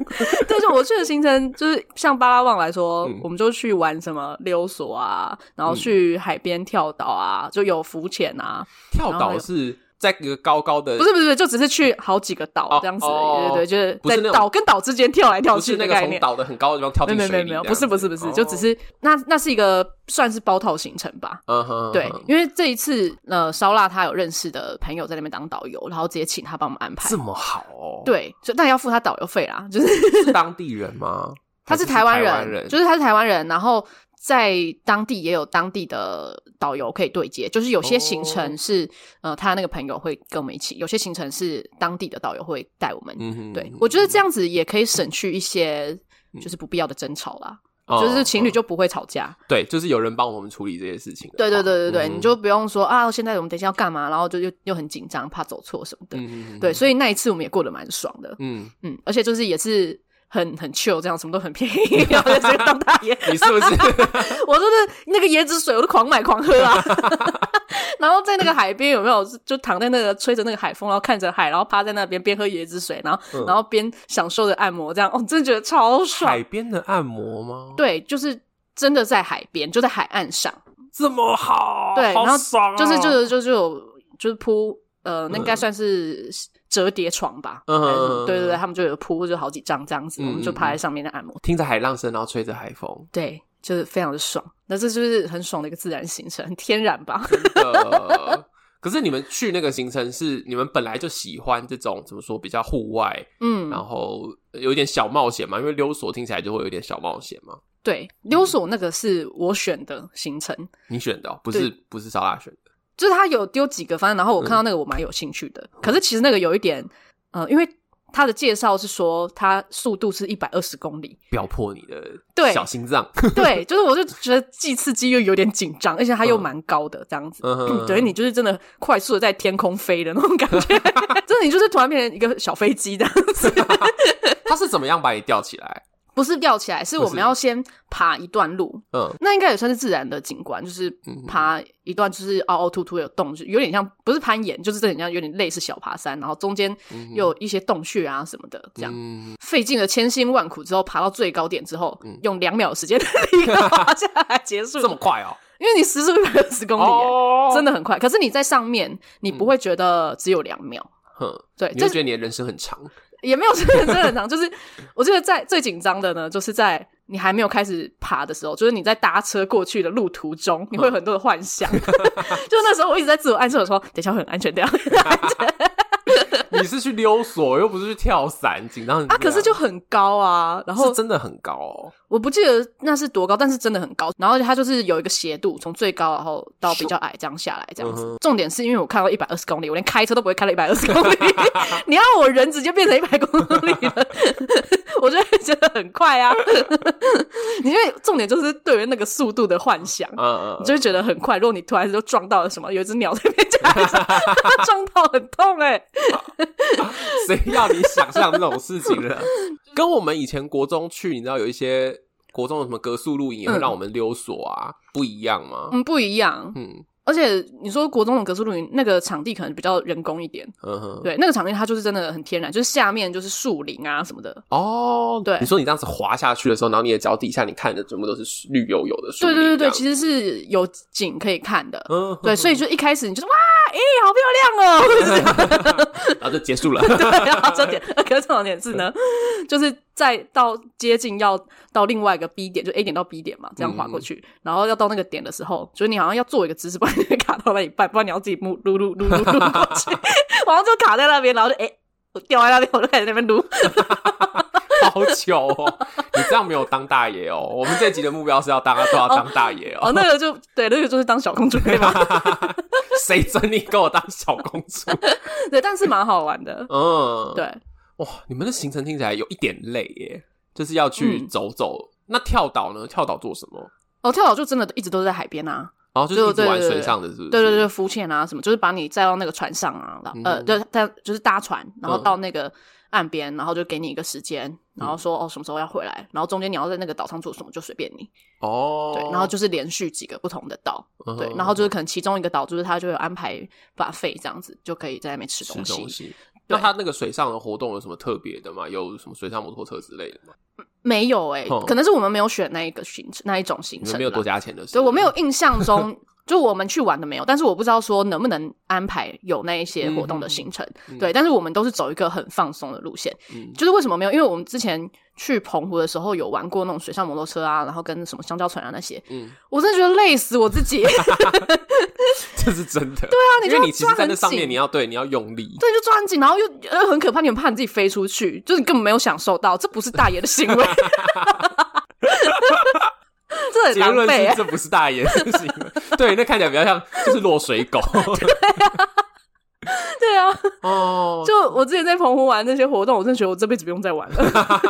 Speaker 2: 但是我去的行程就是像巴拉望来说，
Speaker 1: 嗯
Speaker 2: 我们就去玩什么溜索啊，然后去海边跳岛啊，就有浮潜啊，
Speaker 1: 跳岛是在一个高高的，
Speaker 2: 不是不是，不是就只是去好几个岛
Speaker 1: 哦
Speaker 2: 这样子，
Speaker 1: 哦
Speaker 2: 对对对，就是
Speaker 1: 不是那
Speaker 2: 在
Speaker 1: 种
Speaker 2: 岛跟岛之间跳来跳
Speaker 1: 不
Speaker 2: 去
Speaker 1: 是
Speaker 2: 的
Speaker 1: 那个
Speaker 2: 概
Speaker 1: 从
Speaker 2: 念。
Speaker 1: 岛的很高的地方跳
Speaker 2: 没有
Speaker 1: 进
Speaker 2: 没
Speaker 1: 水
Speaker 2: 有
Speaker 1: 里
Speaker 2: 没有没有，不是不是不是，就只
Speaker 1: 是。
Speaker 2: 是那那是一个算是包套行程吧。
Speaker 1: 嗯哼，
Speaker 2: 对
Speaker 1: 嗯哼，
Speaker 2: 因为这一次呃，烧腊他有认识的朋友在那边当导游，然后直接请他帮我们安排
Speaker 1: 这。么好哦，，
Speaker 2: 对，所以但要付他导游费啦，就是
Speaker 1: 是当地人吗？
Speaker 2: 他
Speaker 1: 还是
Speaker 2: 台湾
Speaker 1: 人，
Speaker 2: 就是他是台湾人，然后在当地也有当地的导游可以对接，就是有
Speaker 1: 哦
Speaker 2: 些行程是、呃他那个朋友会跟我们一起，有些行程是当地的导游会带我们
Speaker 1: 嗯嗯哼，
Speaker 2: 对，我觉得这样子也可以省去一些就是不必要的争吵啦，就是情侣
Speaker 1: 嗯
Speaker 2: 就不会吵
Speaker 1: 嗯
Speaker 2: 架。
Speaker 1: 对，就是有人帮我们处理这些事情的话。
Speaker 2: 对对对对对，
Speaker 1: 嗯哼
Speaker 2: 你就不用说啊，现在我们等一下要干嘛，然后就又又很紧张，怕走错什么的。
Speaker 1: 嗯哼哼
Speaker 2: 对，所以那一次我们也过得蛮爽的，
Speaker 1: 嗯，
Speaker 2: 嗯，而且就是也是。很很 chill，这样什么都很便宜，然后就直接当大爷。
Speaker 1: *laughs* 你是不是？
Speaker 2: *laughs* 我真的那个椰子水，我都狂买狂喝啊。 *laughs* 然后在那个海边有没有就躺在那个吹着那个海风，然后看着海，然后趴在那边边喝椰子水，然后、
Speaker 1: 嗯
Speaker 2: 然后边享受着按摩，这样哦，真的觉得超爽。
Speaker 1: 海边的按摩吗？，
Speaker 2: 对，就是真的在海边，就在海岸上，
Speaker 1: 这么好，
Speaker 2: 对
Speaker 1: 好
Speaker 2: 然后
Speaker 1: 爽哦
Speaker 2: 就是就是就是有就是铺呃，那应该算是折叠床吧，
Speaker 1: 嗯
Speaker 2: 还是什么对对对，他们就有铺就好几张这样子，
Speaker 1: 嗯
Speaker 2: 我们就趴在上面在按摩，
Speaker 1: 听着海浪声，然后吹着海风，
Speaker 2: 对，就是非常的爽。那这就是很爽的一个自然形成，很天然吧？ *laughs*
Speaker 1: 真的。 *laughs* 可是你们去那个行程是你们本来就喜欢这种怎么说比较户外，
Speaker 2: 嗯，
Speaker 1: 然后有一点小冒险嘛？因为溜索听起来就会有一点小冒险嘛。
Speaker 2: 对，溜索那个是我选的行程，
Speaker 1: 你选的哦、不是不是烧腊选的，
Speaker 2: 就是他有丢几个方案，然后
Speaker 1: 嗯
Speaker 2: 我看到那个我蛮有兴趣的，可是其实那个有一点，呃，因为他的介绍是说他速度是一百二十公里，
Speaker 1: 不要破你的
Speaker 2: 对
Speaker 1: 小心脏。 *laughs*
Speaker 2: 对，就是我就觉得既刺激又有点紧张，而且它又
Speaker 1: 嗯
Speaker 2: 蛮高的这样子，
Speaker 1: 嗯
Speaker 2: *laughs*
Speaker 1: 哼
Speaker 2: 等于你就是真的快速的在天空飞的那种感
Speaker 1: *laughs*
Speaker 2: 觉，真的你就是突然变成一个小飞机这样子，
Speaker 1: 他是怎么样把你吊起来？
Speaker 2: 不是吊起来，是我
Speaker 1: 不
Speaker 2: 们
Speaker 1: 是
Speaker 2: 要先爬一段路。
Speaker 1: 嗯，
Speaker 2: 那应该也算是自然的景观，就是
Speaker 1: 嗯哼
Speaker 2: 爬一段就是哦凹凹凸凸有洞，就有点像不是攀岩，就是这很像有点类似小爬山，然后中间
Speaker 1: 嗯哼
Speaker 2: 有一些洞穴啊什么的，这样
Speaker 1: 嗯，
Speaker 2: 费尽了千辛万苦之后爬到最高点之后，
Speaker 1: 嗯
Speaker 2: 用两秒的时间 *laughs* 立刻滑下来结束
Speaker 1: 这么快哦？
Speaker 2: 因为你时速一百二十公里耶、
Speaker 1: 哦
Speaker 2: 真
Speaker 1: 的，
Speaker 2: 的很快。可是你在上面，你不会觉得只有两秒，
Speaker 1: 哼，
Speaker 2: 对，
Speaker 1: 你
Speaker 2: 哎这
Speaker 1: 会觉得你的人生很长。 *laughs*
Speaker 2: 也没有真的真的很长。 *laughs* 就是我觉得在最紧张的呢，就是在你还没有开始爬的时候，就是你在搭车过去的路途中，你会有很多的
Speaker 1: *laughs*
Speaker 2: 幻想。就那时候我一直在自我暗示我说，等一下会很安全，等一下会很安全
Speaker 1: 你是去溜索，又不是去跳伞，紧张成
Speaker 2: 啊，
Speaker 1: 这
Speaker 2: 可
Speaker 1: 样
Speaker 2: 是就很高啊，然后
Speaker 1: 是真的很高哦。
Speaker 2: 我不记得那是多高，但是真的很高。然后它就是有一个斜度，从最高然后到比较矮这样下来，这样子。
Speaker 1: 嗯哼
Speaker 2: 重点是因为我看到一百二十公里，我连开车都不会开到一百二十公
Speaker 1: *laughs*
Speaker 2: 里，你要我人直接变成一百公里了， *laughs* 我就会觉得很快啊。你因为重点就是对于那个速度的幻想。
Speaker 1: 嗯嗯，嗯
Speaker 2: 你就会觉得很快，如果你突然就撞到了什么，有一只鸟在那边夹一下， *laughs* 撞到很痛哎、
Speaker 1: *laughs* 谁要你想象这种事情了？跟我们以前国中去，你知道有一些。国中有什么格数露营也会让我们溜索啊，不一样吗？
Speaker 2: 嗯，不一样。
Speaker 1: 嗯
Speaker 2: 而且你说国中的格式露营，那个场地可能比较人工一点，
Speaker 1: 嗯哼，
Speaker 2: 对，那个场地它就是真的很天然，就是下面就是树林啊什么的。
Speaker 1: 哦，
Speaker 2: 对
Speaker 1: 你说你这样子滑下去的时候，然后你的脚底下你看的全部都是绿油油的树
Speaker 2: 对
Speaker 1: 林，
Speaker 2: 对对对，
Speaker 1: 这样
Speaker 2: 其实是有景可以看的。
Speaker 1: 嗯，哼
Speaker 2: 对，所以就一开始你就是哇，哎、好漂亮哦， *laughs*
Speaker 1: 然后就结束了。
Speaker 2: 对，然后这点，可是这种点是呢， *laughs* 就是再到接近要到另外一个 B 点，就 A 点到 B 点嘛，这
Speaker 1: 嗯
Speaker 2: 样划过去，然后要到那个点的时候，就是你好像要做一个姿势，不然你会卡到那一半，不然你要自己撸撸撸撸撸撸过去， *laughs* 然后就卡在那边，然后就哎、我掉在那边，我就开始在那边撸，
Speaker 1: *laughs* 好糗哦！你这样没有当大爷哦。我们这集的目标是要大家都要当大爷哦。
Speaker 2: 哦，那个就对，那个就是当小公主
Speaker 1: *laughs*
Speaker 2: 对吧？
Speaker 1: 谁准你给我当小公主？
Speaker 2: 对，但是蛮好玩的，
Speaker 1: 嗯，，
Speaker 2: *laughs* 对，
Speaker 1: 哇，你们的行程听起来有一点累耶，就是要去
Speaker 2: 嗯
Speaker 1: 走走。那跳岛呢？跳岛做什么？
Speaker 2: 哦，跳岛就真的一直都在海边啊，
Speaker 1: 然后就是一直
Speaker 2: 对对
Speaker 1: 玩
Speaker 2: 对
Speaker 1: 水上的，是不是？
Speaker 2: 对对对，浮潜啊什么，就是把你载到那个船上啊，然后呃，
Speaker 1: 嗯
Speaker 2: 对，他就是搭船，然后
Speaker 1: 嗯
Speaker 2: 到那个岸边，然后就给你一个时间，然后说哦什么时候要回来，然后中间你要在那个岛上做什么就随便你，
Speaker 1: 哦，
Speaker 2: 对，然后就是连续几个不同的岛，
Speaker 1: 嗯
Speaker 2: 对，然后就是可能其中一个岛就是他就有安排把费这样子，就可以在那边吃
Speaker 1: 吃
Speaker 2: 东西
Speaker 1: 东。西。那他那个水上的活动有什么特别的吗？有什么水上摩托车之类的吗？
Speaker 2: 没有哎、
Speaker 1: 哦
Speaker 2: 可能是我们没有选那一个行程那一种行
Speaker 1: 你们
Speaker 2: 程啦，
Speaker 1: 没有多加钱的，
Speaker 2: 所以我没
Speaker 1: 有。
Speaker 2: 有印象中，就我们去玩的没有，但是我不知道说能不能安排有那一些活动的行程。
Speaker 1: 嗯
Speaker 2: 对，但是我们都是走一个很放松的路线。
Speaker 1: 嗯
Speaker 2: 就是为什么没有？因为我们之前去澎湖的时候有玩过那种水上摩托车啊，然后跟什么香蕉船啊那些，
Speaker 1: 嗯，
Speaker 2: 我真的觉得累死我
Speaker 1: *laughs*
Speaker 2: 自己。对
Speaker 1: *laughs* 这是真的。对啊
Speaker 2: 你
Speaker 1: 因
Speaker 2: 就
Speaker 1: 为
Speaker 2: 要
Speaker 1: 你其实
Speaker 2: 抓
Speaker 1: 在
Speaker 2: 很
Speaker 1: 那上面，
Speaker 2: 紧
Speaker 1: 你要对你要用力。
Speaker 2: 就抓很紧，然后又呃很可怕，你很怕你自己飞出去，就是你根本没有享受到，这不是大爷
Speaker 1: *laughs*
Speaker 2: 的行为，这很
Speaker 1: 结
Speaker 2: 狼
Speaker 1: 论
Speaker 2: 狈、
Speaker 1: 是
Speaker 2: 欸。
Speaker 1: 这不是大爷的行为，对，那看起来比较像就是落水
Speaker 2: *laughs*
Speaker 1: 狗
Speaker 2: 对啊，
Speaker 1: 哦。
Speaker 2: 就我之前在澎湖玩那些活动，我真的觉得我这辈子不用再玩了。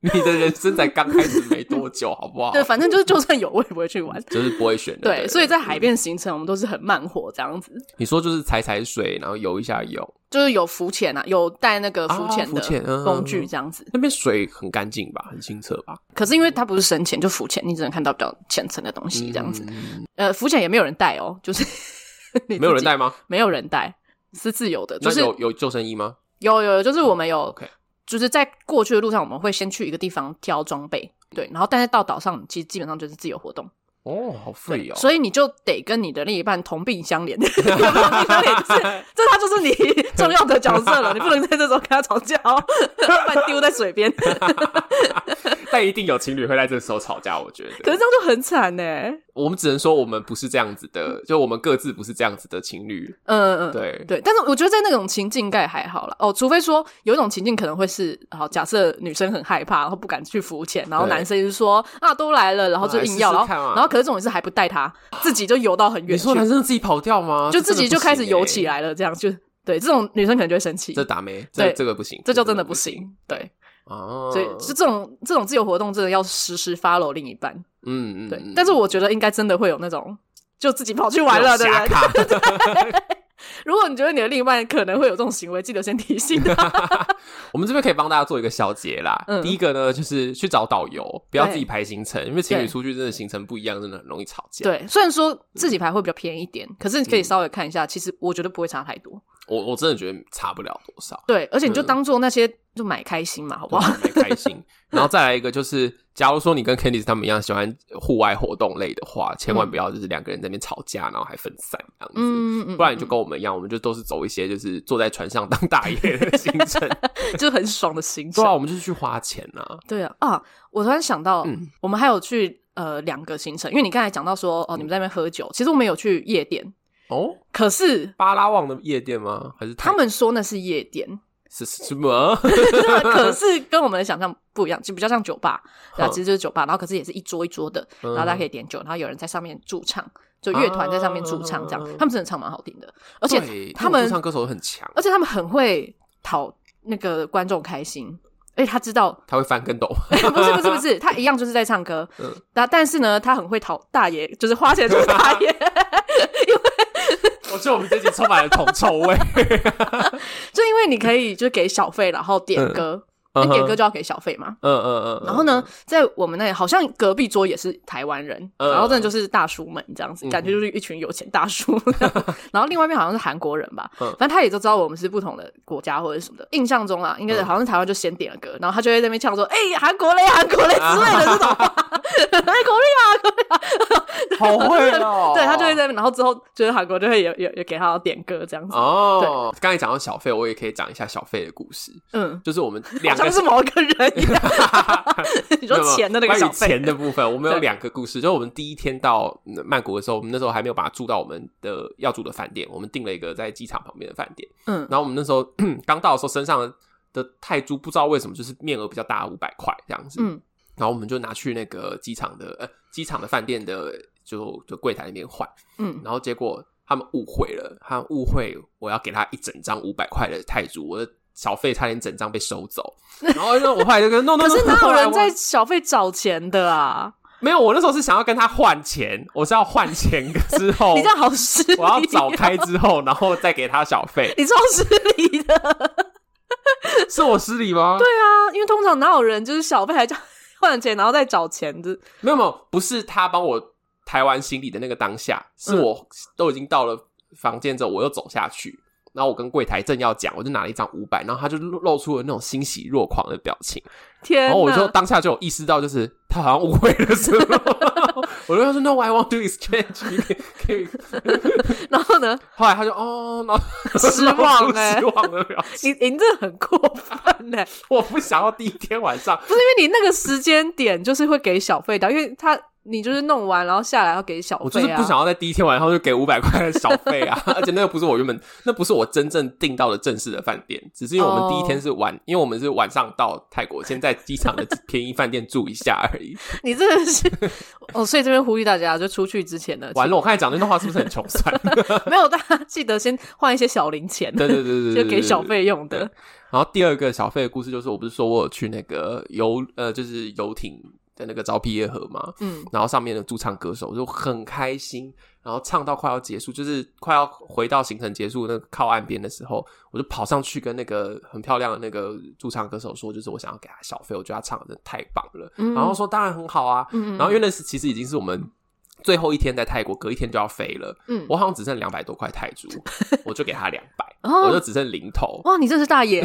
Speaker 1: 你的人生才刚开始没多久，好不好？
Speaker 2: 对，反正就是就算有，我也不会
Speaker 1: *laughs*
Speaker 2: 去玩。
Speaker 1: 就是不会选的。
Speaker 2: 对，所以在海边行程我们都是很慢活这样子，
Speaker 1: 你说就是踩踩水，然后游一下泳，
Speaker 2: 就是有浮潜啊，有带那个浮
Speaker 1: 啊
Speaker 2: 潜
Speaker 1: 浮潜嗯
Speaker 2: 的工具这样子。
Speaker 1: 那边水很干净吧，很清澈吧？
Speaker 2: 可是因为它不是深潜，就浮潜，你只能看到比较浅层的东西这样子。
Speaker 1: 嗯
Speaker 2: 呃，浮潜也没有人带哦，就是 *laughs* 你自己
Speaker 1: 没有人，带吗？
Speaker 2: 没有人带，是自由的，就
Speaker 1: 那
Speaker 2: 是
Speaker 1: 有有救生衣吗？
Speaker 2: 有有有，就是我们有
Speaker 1: OK
Speaker 2: 就是在过去的路上，我们会先去一个地方挑装备，对，然后但是到岛上，其实基本上就是自由活动。
Speaker 1: 哦，好 free 哦。
Speaker 2: 所以你就得跟你的另一半同病相怜， *laughs* 有没有同病相怜？就是 *laughs* 这他就是你重要的角色了，
Speaker 1: *laughs*
Speaker 2: 你不能在这时候跟他吵架哦， *laughs* 不然丢在水边。 *laughs* 可
Speaker 1: 但一定有情侣会在这时候吵架，我觉得。
Speaker 2: 是这样就很惨呢。欸
Speaker 1: 我们只能说我们不是这样子的，就我们各自不是这样子的情侣。
Speaker 2: 嗯嗯，
Speaker 1: 对
Speaker 2: 对，但是我觉得在那种情境应该也还好啦。哦，除非说有一种情境可能会是，好，假设女生很害怕，然后不敢去浮潜，然后
Speaker 1: 对啊
Speaker 2: 男生就说啊都来了，然后就硬要，
Speaker 1: 来试试
Speaker 2: 然后
Speaker 1: 看嘛
Speaker 2: 然后可是这种也是还不带他，自己就游到很
Speaker 1: 你
Speaker 2: 远去
Speaker 1: 说，男生自己跑掉吗？
Speaker 2: 就自己就开始游起
Speaker 1: 来，
Speaker 2: 来了，这样就对这种女生可能就会生气，
Speaker 1: 这
Speaker 2: 这
Speaker 1: 打没，这
Speaker 2: 对
Speaker 1: 这个不行，
Speaker 2: 就真的不
Speaker 1: 嗯
Speaker 2: 行，对。
Speaker 1: 哦。
Speaker 2: 所以就这种这种自由活动，真的要时时 follow 另一半。
Speaker 1: 嗯嗯，
Speaker 2: 对，
Speaker 1: 嗯
Speaker 2: 但是我觉得应该真的会有那种就自己跑去玩了的
Speaker 1: 那
Speaker 2: 人
Speaker 1: 种。瞎
Speaker 2: *laughs*
Speaker 1: 卡
Speaker 2: 如果你觉得你的另一半可能会有这种行为，记得先提醒他。
Speaker 1: 我们这边可以帮大家做一个小结啦。
Speaker 2: 嗯
Speaker 1: 第一个呢，就是去找导游，不要
Speaker 2: 对
Speaker 1: 自己排行程，因为情侣
Speaker 2: 对
Speaker 1: 出去真的行程不一样，真的很容易吵架。，
Speaker 2: 对，虽然说自己牌会比较便宜一点，可是你可以
Speaker 1: 嗯
Speaker 2: 稍微看一下，其实我觉得不会差太多。
Speaker 1: 我我真的觉得差不了多少，
Speaker 2: 对，而且
Speaker 1: 嗯
Speaker 2: 你就当做那些就买开心嘛，好不
Speaker 1: 我
Speaker 2: 好？
Speaker 1: 很开心。
Speaker 2: *laughs*
Speaker 1: 然后再来一个就是，假如说你跟 Candice 他们一样喜欢户外活动类的话，千万不要就是两个人在那边吵架，然后还分散这样子。
Speaker 2: 嗯嗯嗯，
Speaker 1: 不然你就跟我们一样，我们就都是走一些就是坐在船上当大爷的行
Speaker 2: *laughs*
Speaker 1: 程。
Speaker 2: 就是很爽的行
Speaker 1: 对
Speaker 2: 程
Speaker 1: 啊，。我们就是去花钱啊。
Speaker 2: 对啊，啊，我突然想到，
Speaker 1: 嗯
Speaker 2: 我们还有去呃两个行程，因为你刚才讲到说哦，你们在那边喝酒，其实我们有去夜店，
Speaker 1: 哦，
Speaker 2: 可是
Speaker 1: 巴拉望的夜店吗？还是台
Speaker 2: 他们说那是夜店， *laughs*
Speaker 1: 是是什么？
Speaker 2: 可是跟我们的想象不一样，就比较像酒吧，对啊，
Speaker 1: 哼
Speaker 2: 其实就是酒吧，然后可是也是一桌一桌的，
Speaker 1: 嗯
Speaker 2: 然后大家可以点酒，然后有人在上面驻唱，就乐团在上面驻唱，这样、
Speaker 1: 啊
Speaker 2: 他们真的唱蛮好听的，而
Speaker 1: 而
Speaker 2: 且他
Speaker 1: 他
Speaker 2: 们
Speaker 1: 们唱歌手很强，
Speaker 2: 而且他们很会讨那个观众开心，而且他知道。
Speaker 1: 他会翻跟斗。
Speaker 2: *laughs* 不是不是不是，他一样就是在唱歌
Speaker 1: 嗯，
Speaker 2: 但、但是呢，他很会讨大爷，就是花钱就是大
Speaker 1: *laughs*
Speaker 2: 爷，
Speaker 1: *laughs* 我觉得我们这集充满了铜臭味。
Speaker 2: 就因为你可以就给小费，然后点歌，那
Speaker 1: *laughs* 嗯哼
Speaker 2: 点歌就要给小费嘛。
Speaker 1: 嗯嗯嗯，
Speaker 2: 然后呢，在我们那里好像隔壁桌也是台湾人，
Speaker 1: 嗯
Speaker 2: 然后真的就是大叔们这样子，
Speaker 1: 嗯
Speaker 2: 感觉就是一群有钱大
Speaker 1: *laughs*
Speaker 2: 叔。然后另外一边好像是韩国人吧，
Speaker 1: 嗯
Speaker 2: 反正他也都知道我们是不同的国家或者什么的。印象中啊，应该是
Speaker 1: 嗯
Speaker 2: 好像是台湾就先点了歌，然后他就会在那边唱说：“哎、韩国嘞，韩国嘞”之类的这种
Speaker 1: *laughs*
Speaker 2: 话，韩国嘞。
Speaker 1: 嗯好会哦
Speaker 2: *laughs* ，对他就会在那边，然后之后就是韩国就会有有有给他点歌这样子。
Speaker 1: 哦。刚才讲到小费，我也可以讲一下小费的故事，
Speaker 2: 嗯，
Speaker 1: 就是我们
Speaker 2: 好
Speaker 1: 两
Speaker 2: 像
Speaker 1: 个
Speaker 2: 是某一个人一
Speaker 1: *laughs*
Speaker 2: 样。 *laughs* 你说
Speaker 1: 没有没有
Speaker 2: 钱的那个
Speaker 1: 关于
Speaker 2: 小费，
Speaker 1: 钱的部分，我们有
Speaker 2: 对
Speaker 1: 两个故事。就是我们第一天到嗯曼谷的时候，我们那时候还没有把它住到我们的要住的饭店，我们订了一个在机场旁边的饭店。
Speaker 2: 嗯
Speaker 1: 然后我们那时候 *clears throat* 刚到的时候，身上的泰铢不知道为什么就是面额比较大，五百块这样子。
Speaker 2: 嗯
Speaker 1: 然后我们就拿去那个机场的呃机场的饭店的就就柜台那边换，
Speaker 2: 嗯，
Speaker 1: 然后结果他们误会了，他们误会我要给他一整张五百块的泰铢，我的小费差点整张被收
Speaker 2: *laughs*
Speaker 1: 走。然后呢，我后来就跟 no no，
Speaker 2: 可是哪
Speaker 1: 后
Speaker 2: 有人
Speaker 1: 来
Speaker 2: 在
Speaker 1: 我
Speaker 2: 小费找钱的啊？
Speaker 1: 没有，我那时候是想要跟他换钱，我是要换钱之后
Speaker 2: *laughs* 你，这样好失礼，
Speaker 1: 哦
Speaker 2: 啊
Speaker 1: 我要找，开之后，然后再给他小费，
Speaker 2: *laughs* 你超失礼的。
Speaker 1: 是我失礼吗？对，
Speaker 2: 对啊，因为通常哪有人就是小费还叫换钱，然后再找钱的？
Speaker 1: 没有没有，不是他帮我抬完行李的那个当下，
Speaker 2: 嗯
Speaker 1: 是我都已经到了房间之后，我又走下去。然后我跟柜台正要讲，我就拿了一张五百，然后他就露露出了那种欣喜若狂的表情。
Speaker 2: 天
Speaker 1: 然
Speaker 2: 哪！
Speaker 1: 哦后我就当下就有意识到，就是他好像误会了什么。 *laughs* 我就跟他说 No, I want to exchange. 你可以可以。
Speaker 2: 然后呢？
Speaker 1: 后来他就哦， *laughs* 然后
Speaker 2: 失望欸
Speaker 1: 失望的表
Speaker 2: 你
Speaker 1: 情。
Speaker 2: 你这很过
Speaker 1: *laughs*
Speaker 2: 分呢、
Speaker 1: 我不想要第一天晚上，
Speaker 2: 不是因为你那个时间点就是会给小费的，因为他你就是弄完然后下来要给小费、啊，
Speaker 1: 我就是不想要在第一天晚上就给五百块的小费啊！ *laughs* 而且那个不是我原本，那不是我真正订到的正式的饭店，只是因为我们第一
Speaker 2: 哦
Speaker 1: 天是晚因为我们是晚上到泰国，先在机场的 *laughs* 便宜饭店住一下而已。
Speaker 2: *laughs* 你真的是哦，所以这边呼吁大家，就出去之前呢，
Speaker 1: 完了，我刚才讲那段话是不是很穷酸？ *laughs*
Speaker 2: *laughs* 没有大家记得先换一些小零钱，
Speaker 1: 对对对对对，对
Speaker 2: 就给小。费用的。
Speaker 1: 然后第二个小费的故事就是，我不是说我有去那个游呃，就是游艇的那个招毕业河嘛，
Speaker 2: 嗯，
Speaker 1: 然后上面的驻唱歌手我就很开心，然后唱到快要结束，就是快要回到行程结束那个靠岸边的时候，我就跑上去跟那个很漂亮的那个驻唱歌手说，就是我想要给他小费，我觉得他唱的真的太棒了，
Speaker 2: 嗯
Speaker 1: 然后说当然很好啊，
Speaker 2: 嗯嗯
Speaker 1: 然后因为那是其实已经是我们。最后一天在泰国，隔一天就要飞了。
Speaker 2: 嗯
Speaker 1: 我好像只剩两百多块泰
Speaker 2: *laughs*
Speaker 1: 铢，我就给他两百、
Speaker 2: 哦
Speaker 1: 我就只剩零头。
Speaker 2: 哇，你真是
Speaker 1: *laughs*
Speaker 2: 大爷！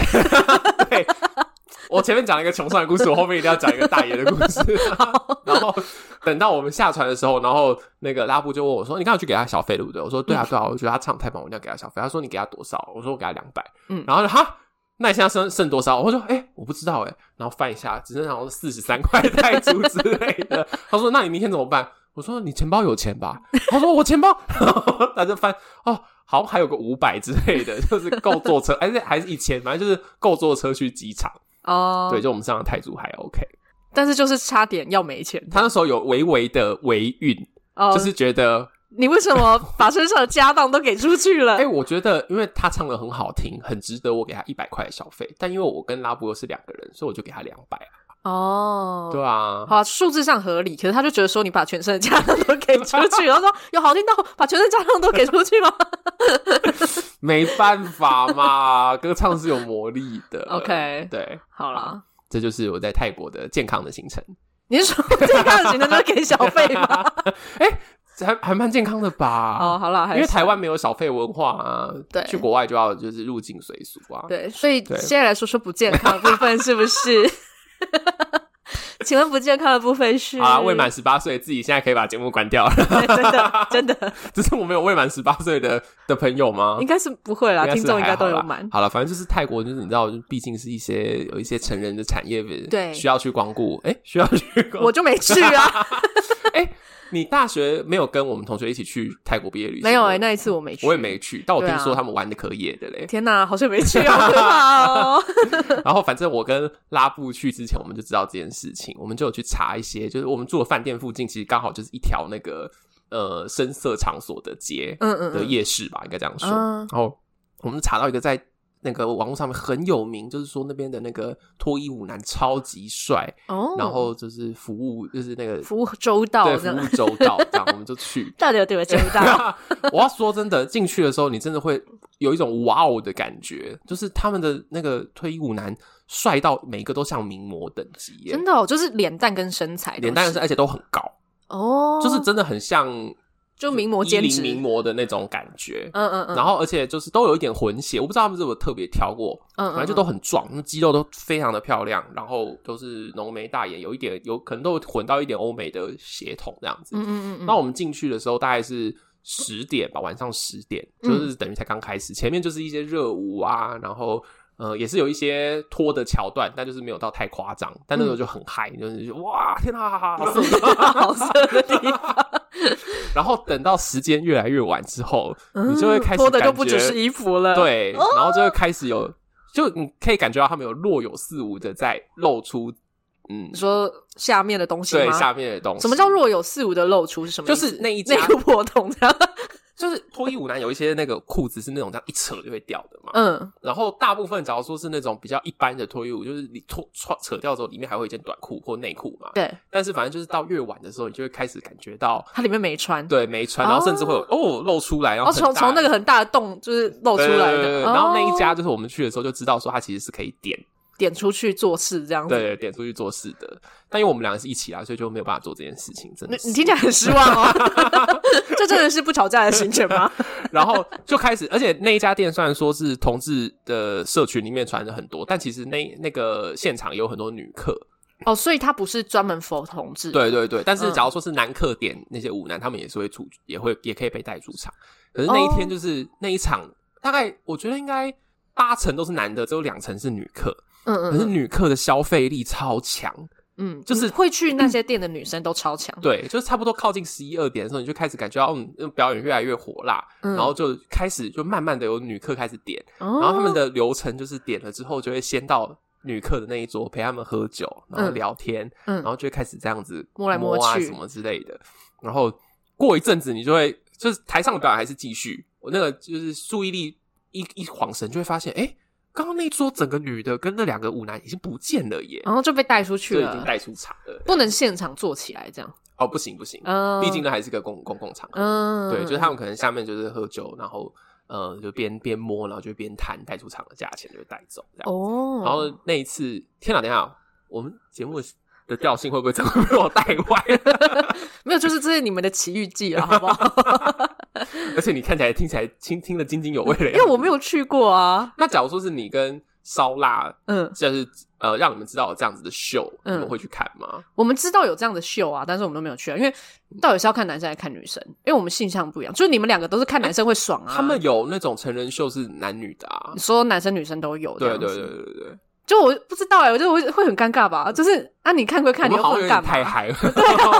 Speaker 1: 对， *laughs* 我前面讲了一个穷酸的故事，我后面一定要讲一个大爷的故事。 *laughs* 然后等到我们下船的时候，然后那个拉布就问我说：“你刚刚去给他小费对不对？”我说：“对啊，对啊，我觉得他唱太棒，我一定要给他小费。”他说：“你给他多少？”我说：“我给他两百。”
Speaker 2: 嗯
Speaker 1: 然后他就哈。那你现在剩剩多少？我说，哎、我不知道哎、然后翻一下，只剩好像四十三块泰铢之类的。他说，那你明天怎么办？我说，你钱包有钱吧？他说，我钱包。 *laughs* 然后他就翻，哦，好像还有个五百之类的， *laughs* 就是够坐车，还是还是一千，反正就是够坐车去机场。
Speaker 2: 哦，
Speaker 1: 对，，就我们上的泰铢还 OK。
Speaker 2: 但是就是差点要没钱。
Speaker 1: 他那时候有微微的微运，
Speaker 2: 哦，
Speaker 1: 就是觉得，
Speaker 2: 你为什么把身上的家当都给出去了？
Speaker 1: 哎、我觉得因为他唱的很好听，很值得我给他一百块的小费。但因为我跟拉布又是两个人，所以我就给他两百、啊。
Speaker 2: 哦，
Speaker 1: 对啊，
Speaker 2: 好啊，数字上合理，可是他就觉得说你把全身的家当都给出去，然后说有好听到把全身的家当都给出去吗
Speaker 1: *laughs* 没办法嘛，歌唱是有魔力的。
Speaker 2: OK
Speaker 1: 对，
Speaker 2: 好啦，
Speaker 1: 这就是我在泰国的健康的行程，
Speaker 2: 你是说 *laughs* 健康的行程就是给小费
Speaker 1: *laughs*
Speaker 2: 吗？
Speaker 1: 哎还还蛮健康的吧？
Speaker 2: 哦，好啦，还
Speaker 1: 因为
Speaker 2: 是
Speaker 1: 台湾没有小费文化啊，
Speaker 2: 对
Speaker 1: 去国外就要就是入境随俗啊。
Speaker 2: 对，所以
Speaker 1: 对
Speaker 2: 现在来说说不健康的部分是不是？ *laughs* 请问不健康的部分是？
Speaker 1: 好啦，未满十八岁，自己现在可以把节目关掉了。
Speaker 2: *laughs*
Speaker 1: *laughs*
Speaker 2: 对真的真的
Speaker 1: 只是我们有未满十八岁的的朋友吗？
Speaker 2: 应该是不会啦，
Speaker 1: 应该是
Speaker 2: 听众应该都
Speaker 1: 还好
Speaker 2: 有
Speaker 1: 啦 *laughs*
Speaker 2: 满。
Speaker 1: 好了，反正就是泰国，就是你知道，就毕竟是一些有一些成人的产业，
Speaker 2: 对
Speaker 1: 需要去光顾。哎、需要去光
Speaker 2: 我
Speaker 1: 顾。
Speaker 2: 就没去
Speaker 1: *laughs*
Speaker 2: 啊，
Speaker 1: 你大学没有跟我们同学一起去泰国毕业旅行？
Speaker 2: 没有哎、
Speaker 1: 哎、
Speaker 2: 那一次我没去。
Speaker 1: 我也没去，但我
Speaker 2: 对啊
Speaker 1: 听说他们玩的可野的嘞。
Speaker 2: 天哪，好像没去啊，好可怕
Speaker 1: *laughs*
Speaker 2: 哦。
Speaker 1: 然后反正我跟拉布去之前，我们就知道这件事情，我们就有去查一些，就是我们住的饭店附近，其实刚好就是一条那个呃深色场所的街，
Speaker 2: 嗯嗯
Speaker 1: 的
Speaker 2: 嗯
Speaker 1: 夜市吧，应该这样说。
Speaker 2: 嗯
Speaker 1: 然后我们查到一个在那个网络上面很有名，就是说那边的那个脱衣舞男超级帅，
Speaker 2: 哦，
Speaker 1: 然后就是服务就是那个
Speaker 2: 服务周到
Speaker 1: 对
Speaker 2: 这
Speaker 1: 服
Speaker 2: 样。
Speaker 1: 务周到，这样我们就去
Speaker 2: 到底有对我周
Speaker 1: *laughs*
Speaker 2: 到？
Speaker 1: 我要说真的，进去的时候你真的会有一种哇哦的感觉，就是他们的那个脱衣舞男帅到每一个都像名模等级耶，
Speaker 2: 真的、哦，就是脸蛋跟身材都是，
Speaker 1: 脸蛋是而且都很高，
Speaker 2: 哦，
Speaker 1: 就是真的很像
Speaker 2: 就名模兼职，
Speaker 1: 10名模的那种感觉。
Speaker 2: 嗯嗯嗯，
Speaker 1: 然后，而且就是都有一点混血，我不知道他们是不是有特别挑过，
Speaker 2: 嗯嗯嗯
Speaker 1: 反正就都很壮，那肌肉都非常的漂亮，然后都是浓眉大眼，有一点有可能都混到一点欧美的血统这样子。
Speaker 2: 嗯嗯嗯嗯，
Speaker 1: 那我们进去的时候大概是十点吧，晚上十点，
Speaker 2: 嗯
Speaker 1: 就是等于才刚开始。前面就是一些热舞啊，然后呃也是有一些拖的桥段，但就是没有到太夸张。但那时候
Speaker 2: 嗯
Speaker 1: 就很嗨，就是哇天啊！
Speaker 2: 好色的地方，
Speaker 1: *laughs* 然后等到时间越来越晚之后，
Speaker 2: 嗯
Speaker 1: *laughs* 你就会开始
Speaker 2: 脱的
Speaker 1: 感
Speaker 2: 就不只
Speaker 1: 觉
Speaker 2: 是哦衣服了，，
Speaker 1: 对，然后就会开始有，就你可以感觉到他们有若有似无的在露出，嗯
Speaker 2: 你，说下面的东西
Speaker 1: 对
Speaker 2: 吗？
Speaker 1: 下面的东西。
Speaker 2: 什么叫若有似无的露出是什么意
Speaker 1: 就
Speaker 2: 思？
Speaker 1: 是那一家
Speaker 2: 内裤破洞这样，
Speaker 1: 就是脱衣舞男有一些那个裤子是那种这样一扯就会掉的嘛，
Speaker 2: 嗯，
Speaker 1: 然后大部分假如说是那种比较一般的脱衣舞，就是你脱穿扯掉之后，里面还会有一件短裤或内裤嘛。
Speaker 2: 对，
Speaker 1: 但是反正就是到越晚的时候，你就会开始感觉到
Speaker 2: 它里面没穿，，
Speaker 1: 对没穿，然后甚至会有哦露出来，然后
Speaker 2: 哦，
Speaker 1: 很大
Speaker 2: 从从那个很大的洞就是露出
Speaker 1: 对
Speaker 2: 来
Speaker 1: 对对
Speaker 2: 的，
Speaker 1: 对然后那一
Speaker 2: 哦
Speaker 1: 家就是我们去的时候就知道说它其实是可以点
Speaker 2: 点出去做事这样子，
Speaker 1: 对点出去做事的，但因为我们两个是一起啦，啊所以就没有办法做这件事情，真
Speaker 2: 你
Speaker 1: 的是
Speaker 2: 你听起来很失望哦，这真的是不吵架的行程吗？
Speaker 1: 然后就开始，而且那一家店虽然说是同志的社群里面传的很多，但其实那那个现场也有很多女客，
Speaker 2: 哦，所以它不是专门否同志，，
Speaker 1: 对对对，但是
Speaker 2: 嗯
Speaker 1: 假如说是男客点、那些舞男，他们也是会出，也会也可以被带出场。可是那一
Speaker 2: 哦
Speaker 1: 天就是、那一场，大概我觉得应该八成都是男的，只有两成是女客。
Speaker 2: 嗯
Speaker 1: 可是
Speaker 2: 嗯
Speaker 1: 女客的消费力超强，
Speaker 2: 嗯，
Speaker 1: 就是
Speaker 2: 会去那些店的女生都超强，
Speaker 1: 对，就是差不多靠近十一二点的时候，你就开始感觉到嗯，那表演越来越火辣，
Speaker 2: 嗯
Speaker 1: 然后就开始就慢慢的有女客开始点，
Speaker 2: 然
Speaker 1: 然后他们的流程就是点了之后就会先到。女客的那一桌陪他们喝酒，然后
Speaker 2: 嗯
Speaker 1: 聊天，
Speaker 2: 嗯
Speaker 1: 然后就会开始这样子
Speaker 2: 摸来摸
Speaker 1: 摸啊
Speaker 2: 去
Speaker 1: 什么之类的。然后过一阵子，你就会就是台上的表演还是继续，我那个就是注意力一一晃神，就会发现，哎、刚刚那一桌整个女的跟那两个舞男已经不见了耶，
Speaker 2: 然后就被带出哦去
Speaker 1: 就已经
Speaker 2: 了，
Speaker 1: 带出场了。
Speaker 2: 不能现场做起来这样，
Speaker 1: 哦，不行不行，
Speaker 2: 嗯，
Speaker 1: 毕竟呢还是个公公共场合，
Speaker 2: 嗯，
Speaker 1: 对，就是他们可能下面就是喝酒，然后呃就边边摸，然后就边谈带出场的价钱就带走这样。
Speaker 2: 哦，
Speaker 1: 然后那一次，天哪，等一下，我们节目的调性会不会真的被我带
Speaker 2: *laughs*
Speaker 1: 歪？
Speaker 2: 没有，就是这是你们的奇遇
Speaker 1: *laughs*
Speaker 2: 记了，好不好？
Speaker 1: 而且你看起来、听起来、听听得津津有味的样
Speaker 2: 因
Speaker 1: 子。
Speaker 2: 为我没有去过啊，
Speaker 1: 那假如说是你跟烧腊，
Speaker 2: 嗯，
Speaker 1: 就是呃，让你们知道有这样子的秀，
Speaker 2: 嗯
Speaker 1: 你们会去看吗？
Speaker 2: 我们知道有这样的秀啊，但是我们都没有去啊，因为到底是要看男生还是看女生？因为我们性向不一样，就是你们两个都是看男生会爽啊，
Speaker 1: 他们有那种成人秀是男女的啊
Speaker 2: 你，说男生女生都有，
Speaker 1: 对对对，对对对，
Speaker 2: 就我不知道哎、我就会会很尴尬吧，就是啊，你看归
Speaker 1: 我
Speaker 2: 看，你
Speaker 1: 们
Speaker 2: 又
Speaker 1: 好
Speaker 2: 不
Speaker 1: 像有点
Speaker 2: 能干嘛？
Speaker 1: 太嗨了，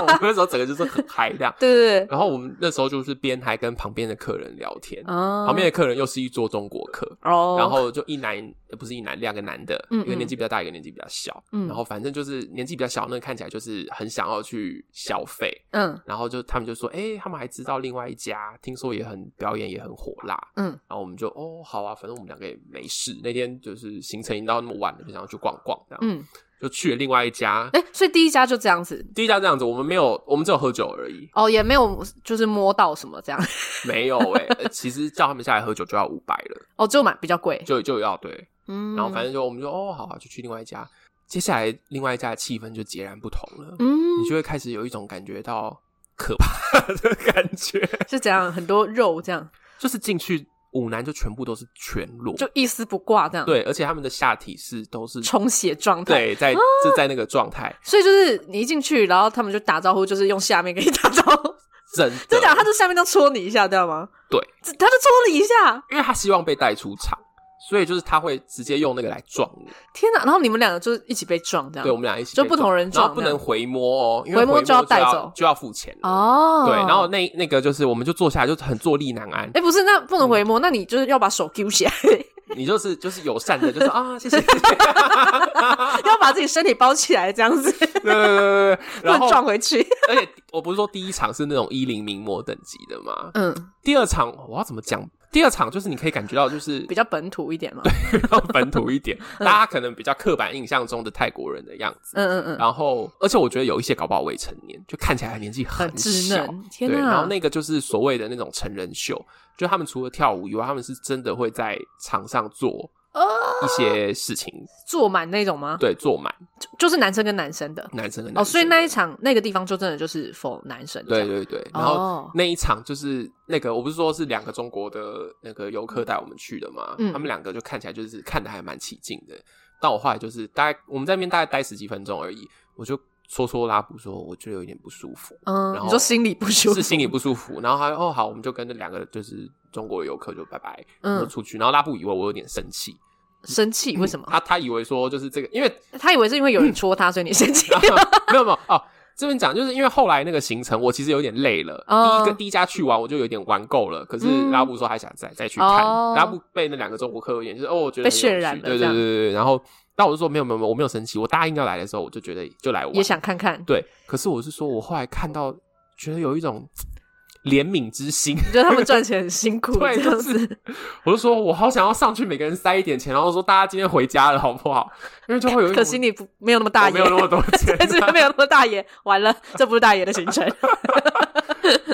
Speaker 2: *laughs*
Speaker 1: 我们那时候整个就是很嗨这样。
Speaker 2: 对对对，
Speaker 1: 然后我们那时候就是边还跟旁边的客人聊天，
Speaker 2: 啊，
Speaker 1: 呃旁边的客人又是一桌中国客，
Speaker 2: 哦，
Speaker 1: 然后就一男呃不是一男，两个男的，
Speaker 2: 嗯
Speaker 1: 一个年
Speaker 2: 嗯
Speaker 1: 纪比较大，一个年纪比较小，
Speaker 2: 嗯
Speaker 1: 然后反正就是年纪比较小那个看起来就是很想要去消费，
Speaker 2: 嗯
Speaker 1: 然后就他们就说，哎、他们还知道另外一家，听说也很表演也很火辣，
Speaker 2: 嗯，
Speaker 1: 然后我们就哦好啊，反正我们两个也没事，那天就是行程已经到那么晚了，就想要去逛逛，这样，
Speaker 2: 嗯，
Speaker 1: 就去了另外一家，
Speaker 2: 哎、所以第一家就这样子。
Speaker 1: 第一家这样子，我们没有，我们只有喝酒而已，
Speaker 2: 哦，也没有，就是摸到什么这样，
Speaker 1: 没有哎、呃其实叫他们下来喝酒就要五百了，
Speaker 2: 哦，就买比较贵，
Speaker 1: 就就要对，
Speaker 2: 嗯，
Speaker 1: 然后反正就我们就哦好啊，就去另外一家，接下来另外一家的气氛就截然不同了，
Speaker 2: 嗯
Speaker 1: 你就会开始有一种感觉到可怕的感觉， *laughs*
Speaker 2: 是怎样，很多肉这样，
Speaker 1: 就是进去舞男就全部都是全裸，
Speaker 2: 就一丝不挂这样，，
Speaker 1: 对，而且他们的下体是都是
Speaker 2: 充血状态，
Speaker 1: 对，在就在那个状态，
Speaker 2: 所以就是你一进去，然后他们就打招呼，就是用下面给你打招
Speaker 1: *laughs*
Speaker 2: 呼，
Speaker 1: 真
Speaker 2: 真的啊，
Speaker 1: 的，
Speaker 2: 他就下面这样戳你一下，知道吗？
Speaker 1: 对
Speaker 2: 这，他就戳你一下，
Speaker 1: 因为他希望被带出场，所以就是他会直接用那个来撞你。
Speaker 2: 天哪！然后你们两个就是一起被撞，这样
Speaker 1: 对，我们俩一起
Speaker 2: 嗯就
Speaker 1: 被
Speaker 2: 不同人
Speaker 1: 然
Speaker 2: 撞
Speaker 1: 后不
Speaker 2: 这样
Speaker 1: 能回摸哦，因为
Speaker 2: 回摸
Speaker 1: 摸
Speaker 2: 就要带走
Speaker 1: 就要付钱了。
Speaker 2: 哦，
Speaker 1: 对，然后那那个就是，我们就坐下来，就很坐立难安。
Speaker 2: 哎，不是，那不能回摸，
Speaker 1: 嗯
Speaker 2: 那你就是要把手揪起来，
Speaker 1: 你就是就是友善
Speaker 2: *laughs*
Speaker 1: 的，就是啊，谢谢。谢谢
Speaker 2: 要把自己身体包起来，这样子
Speaker 1: 对对对对对，*laughs*
Speaker 2: 不
Speaker 1: 然
Speaker 2: 能
Speaker 1: 后
Speaker 2: 撞
Speaker 1: *laughs*
Speaker 2: 回去。
Speaker 1: 而且我不是说第一场是那种一零名模等级的嘛，
Speaker 2: 嗯，
Speaker 1: 第二场我要怎么讲？第二场就是你可以感觉到，
Speaker 2: *laughs*
Speaker 1: 就是
Speaker 2: 比较本土一点嘛。
Speaker 1: 比较本土一点，大家可能比较刻板印象中的泰国人的样子。
Speaker 2: 嗯嗯嗯，
Speaker 1: 然后，而且我觉得有一些搞不好未成年，就看起来年纪
Speaker 2: 很稚
Speaker 1: 小。
Speaker 2: 嫩，
Speaker 1: 对，
Speaker 2: 天哪！
Speaker 1: 然后那个就是所谓的那种成人秀，就他们除了跳舞以外，他们是真的会在场上做一些事情，
Speaker 2: 呃坐满那种吗？
Speaker 1: 对，坐满
Speaker 2: 就就是男生跟男生的
Speaker 1: 男生跟男生
Speaker 2: 啊哦，所以那一场那个地方就真的就是否男生这
Speaker 1: 对
Speaker 2: 样
Speaker 1: 对对，
Speaker 2: 哦
Speaker 1: 然后那一场就是那个，我不是说是两个中国的那个游客带我们去的嘛，
Speaker 2: 嗯
Speaker 1: 他们两个就看起来就是看的还蛮起劲的。但我后来就是大概我们在那边大概待十几分钟而已，我就搓搓拉布说，我觉得有点不舒服，
Speaker 2: 嗯
Speaker 1: 然，后
Speaker 2: 你说心里不舒服
Speaker 1: 是心里不舒服。然后他哦好，我们就跟那两个就是中国游客就拜拜，
Speaker 2: 嗯
Speaker 1: 就出去。然后拉布以为我有点生气，
Speaker 2: 生气，为什么？
Speaker 1: 他他以为说就是这个，因为
Speaker 2: 他以为是因为有人戳他，所以你生
Speaker 1: *laughs*
Speaker 2: 气。
Speaker 1: 没有没有哦，这边讲就是因为后来那个行程我其实有点累了，
Speaker 2: 哦
Speaker 1: 第一个第一家去完我就有点玩够了，可是
Speaker 2: 嗯
Speaker 1: 拉布说还想再再去看，
Speaker 2: 哦
Speaker 1: 拉布被那两个中国客有点就是哦，我觉得很有
Speaker 2: 被
Speaker 1: 趣
Speaker 2: 渲染了
Speaker 1: 对对
Speaker 2: 这
Speaker 1: 对
Speaker 2: 样
Speaker 1: 对对，然后但我就说没有没有没有，我没有生气，我答应要来的时候我就觉得就来玩，
Speaker 2: 也想看看，
Speaker 1: 对，可是我是说我后来看到觉得有一种怜悯之心，
Speaker 2: 你觉得他们赚钱很
Speaker 1: *laughs*
Speaker 2: 辛苦，
Speaker 1: 对
Speaker 2: 这样
Speaker 1: 就
Speaker 2: 子。
Speaker 1: 我就说我好想要上去每个人塞一点钱，然后说大家今天回家了好不好？因为就会有一种
Speaker 2: 可惜你不没有那么大
Speaker 1: 我
Speaker 2: 爷，
Speaker 1: 没有那么多钱、
Speaker 2: *laughs* 对，这边没有那么大爷，完了，这不是大爷的行
Speaker 1: *laughs*
Speaker 2: 程。